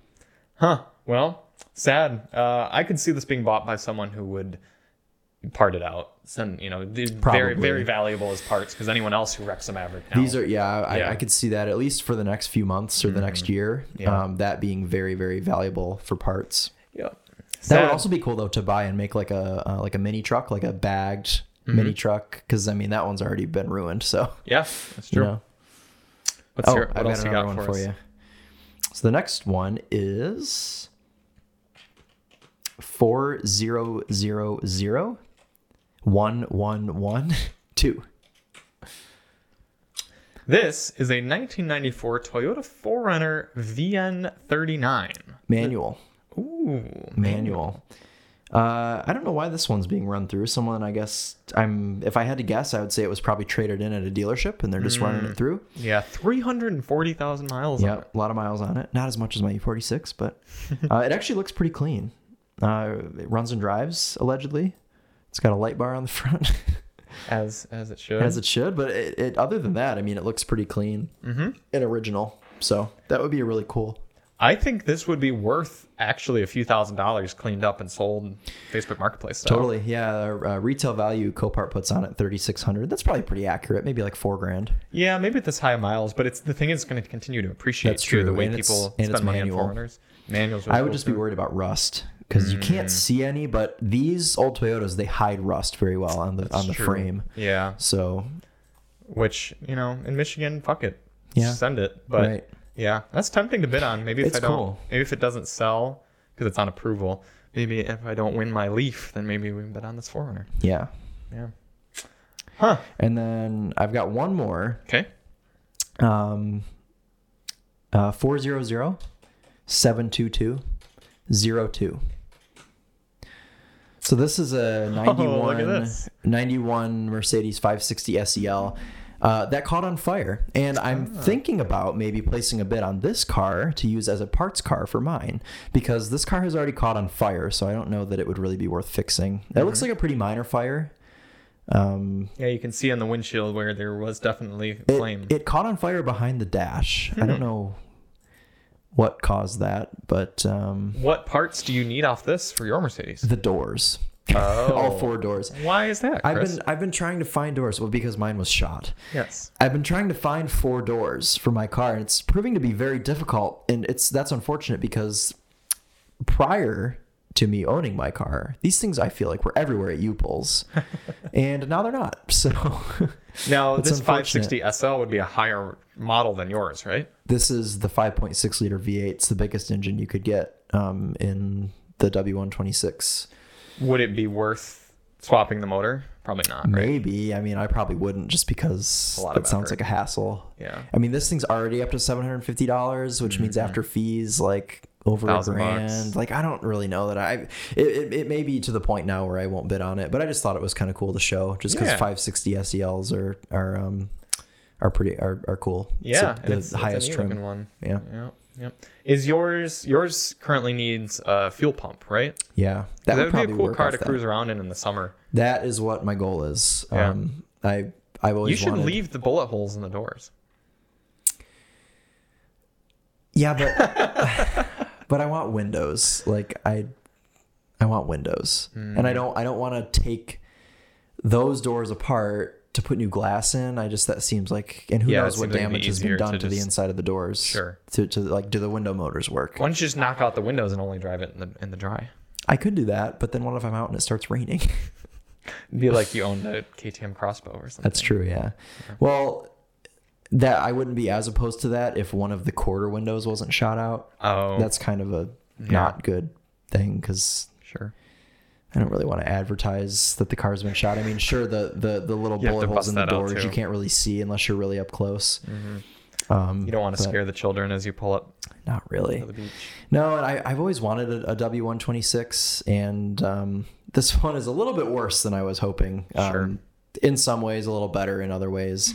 Huh. Well, sad. Uh, I could see this being bought by someone who would part it out. Send you know, d- very Probably. very valuable as parts because anyone else who wrecks a Maverick now. these are. Yeah, I, Yeah. I could see that at least for the next few months or the next year. Mm-hmm. Yeah. Um, that being very, very valuable for parts. yeah. That Sad. would also be cool though to buy and make like a uh, like a mini truck, like a bagged Mm-hmm. mini truck. Because I mean that one's already been ruined. So yeah, that's you true. know. What's Oh, your, what I've else got you another got one for, for, us? you. So the next one is four zero zero zero one one one two. This is a 1994 Toyota 4Runner VN39. Manual. Ooh. Manual. Uh, I don't know why this one's being run through. Someone, I guess, I'm. If I had to guess, I would say it was probably traded in at a dealership, and they're just running it through. Yeah, 340,000 miles. on Yeah, a lot of miles on it. Not as much as my E46, but uh, it actually looks pretty clean. Uh, it runs and drives allegedly. It's got a light bar on the <laughs> front, it, as as it should. as it should. But it, it, other than that, I mean, it looks pretty clean and original. So that would be a really cool. I think this would be worth actually a few thousand dollars cleaned up and sold Facebook Marketplace. Style. Totally, yeah. Uh, retail value Copart puts on it thirty six hundred. That's probably pretty accurate. Maybe like four grand. Yeah, maybe at this high miles, but it's the thing is going to continue to appreciate That's too, the true, way and it's- people and it's spend money manual. on foreigners. Manuals. are I would cool just be too. worried about rust because you can't see any, but these old Toyotas they hide rust very well on the on the True. frame. Yeah, So which you know, in Michigan, fuck it, Yeah. send it. But Right. yeah, that's tempting to bid on. Maybe if It's I don't, cool. maybe if it doesn't sell because it's on approval. Maybe if I don't win my leaf, then maybe we can bid on this foreigner. yeah, Yeah. Huh. and then I've got one more. Okay. Um, uh, 400-722-02. So this is <laughs> a 91, Oh, look at this. 91 Mercedes 560 SEL E uh, that caught on fire. And I'm Ah. thinking about maybe placing a bid on this car to use as a parts car for mine because this car has already caught on fire. So I don't know that it would really be worth fixing. It looks Mm-hmm. like a pretty minor fire. Um, Yeah, you can see on the windshield where there was definitely it, flame. Hmm. it caught on fire behind the dash. I don't know what caused that, but um, what parts do you need off this for your Mercedes? the doors, <laughs> Oh. all four doors. Why is that, I've Chris? been I've been trying to find doors. Well, because mine was shot. yes. I've been trying to find four doors for my car, and it's proving to be very difficult. And it's that's unfortunate because prior to me owning my car, these things I feel like were everywhere at U <laughs> Pulls, and now they're not. So <laughs> Now, It's this 560 SL would be a higher model than yours, right? this is the 5.6 liter V8. It's the biggest engine you could get um, in the W126. Would it be worth swapping the motor? Probably not, right? Maybe. I mean, I probably wouldn't just because lot of that sounds like effort. a hassle. Yeah. Mm-hmm. I mean, this thing's already up to $750, which means after fees, like over a Thousand bucks. grand. Like, I don't really know that I. It, it, it may be to the point now where I won't bid on it, but I just thought it was kind of cool to show just because Yeah. 560 SELs E are, are, um, are pretty are, are cool. It's Yeah. the- and the it's, it's a highest neat trim. looking one. Yeah, Yeah. Yep. Is yours yours currently needs a fuel pump, right? yeah, That would, be probably a cool work car off to that. cruise around in in the summer. That is what my goal is. Yeah. Um, I I've always You should wanted- leave the bullet holes in the doors. Yeah, but but <laughs> I want windows. Like I I want windows, and Hmm. I don't I don't want to take those doors apart to put new glass in. I just that seems like and who Yeah, knows it what seems like it'd be damage has easier been done to to, the just- inside of the doors. Sure. To to like do the window motors work? Why don't you just knock out the windows and only drive it in the in the dry? I could do that, but then what if I'm out and it starts raining? <laughs> It'd be like you owned a KTM crossbow or something. That's true, yeah. Well, that I wouldn't be as opposed to that if one of the quarter windows wasn't shot out. oh, That's kind of a not good thing because sure. I don't really want to advertise that the car's been shot. I mean, sure, the the, the little You have bullet to holes bust in the that out, doors too. Mm-hmm. you can't really see unless you're really up close. Um, You don't want to scare the children as you pull up Not really. to the beach. No, and I, I've always wanted a, a W126, and um, <laughs> this one is a little bit worse than I was hoping. Um, Sure. In some ways, a little better. In other ways,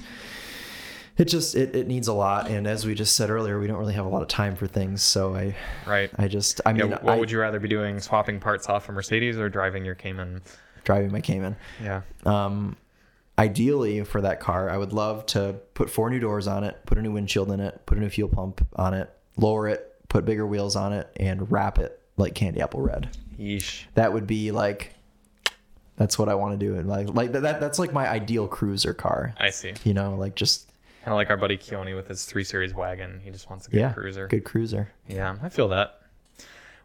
it just it, it needs a lot. And as we just said earlier, we don't really have a lot of time for things. So I Right. I just I Yeah, mean what I, would you rather be doing? Swapping parts off a Mercedes or driving your Cayman? driving my Cayman. Yeah. Um, ideally, for that car, I would love to put four new doors on it, put a new windshield in it, put a new fuel pump on it, lower it, put bigger wheels on it, and wrap it like candy apple red. Yeesh. That would be like, that's what I want to do. And like, like that, that, that's like my ideal cruiser car. I see. You know, like just Kind of like our buddy Keone with his three series wagon. He just wants a good yeah, cruiser. good cruiser. Yeah, I feel that.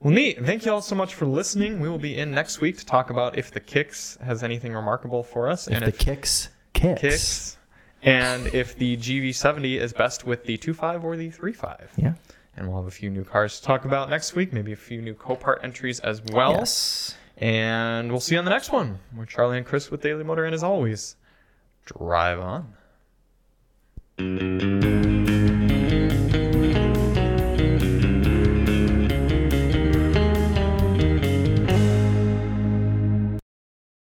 Well, neat. Thank you all so much for listening. We will be in next week to talk about if the kicks has anything remarkable for us, and the if kicks, kicks, kicks, and if the GV70 is best with the 2.5 or the 3.5. yeah, And we'll have a few new cars to talk about next week, maybe a few new Copart entries as well. yes. And we'll see you on the next one. We're Charlie and Chris with Daily Motor, and as always, drive on.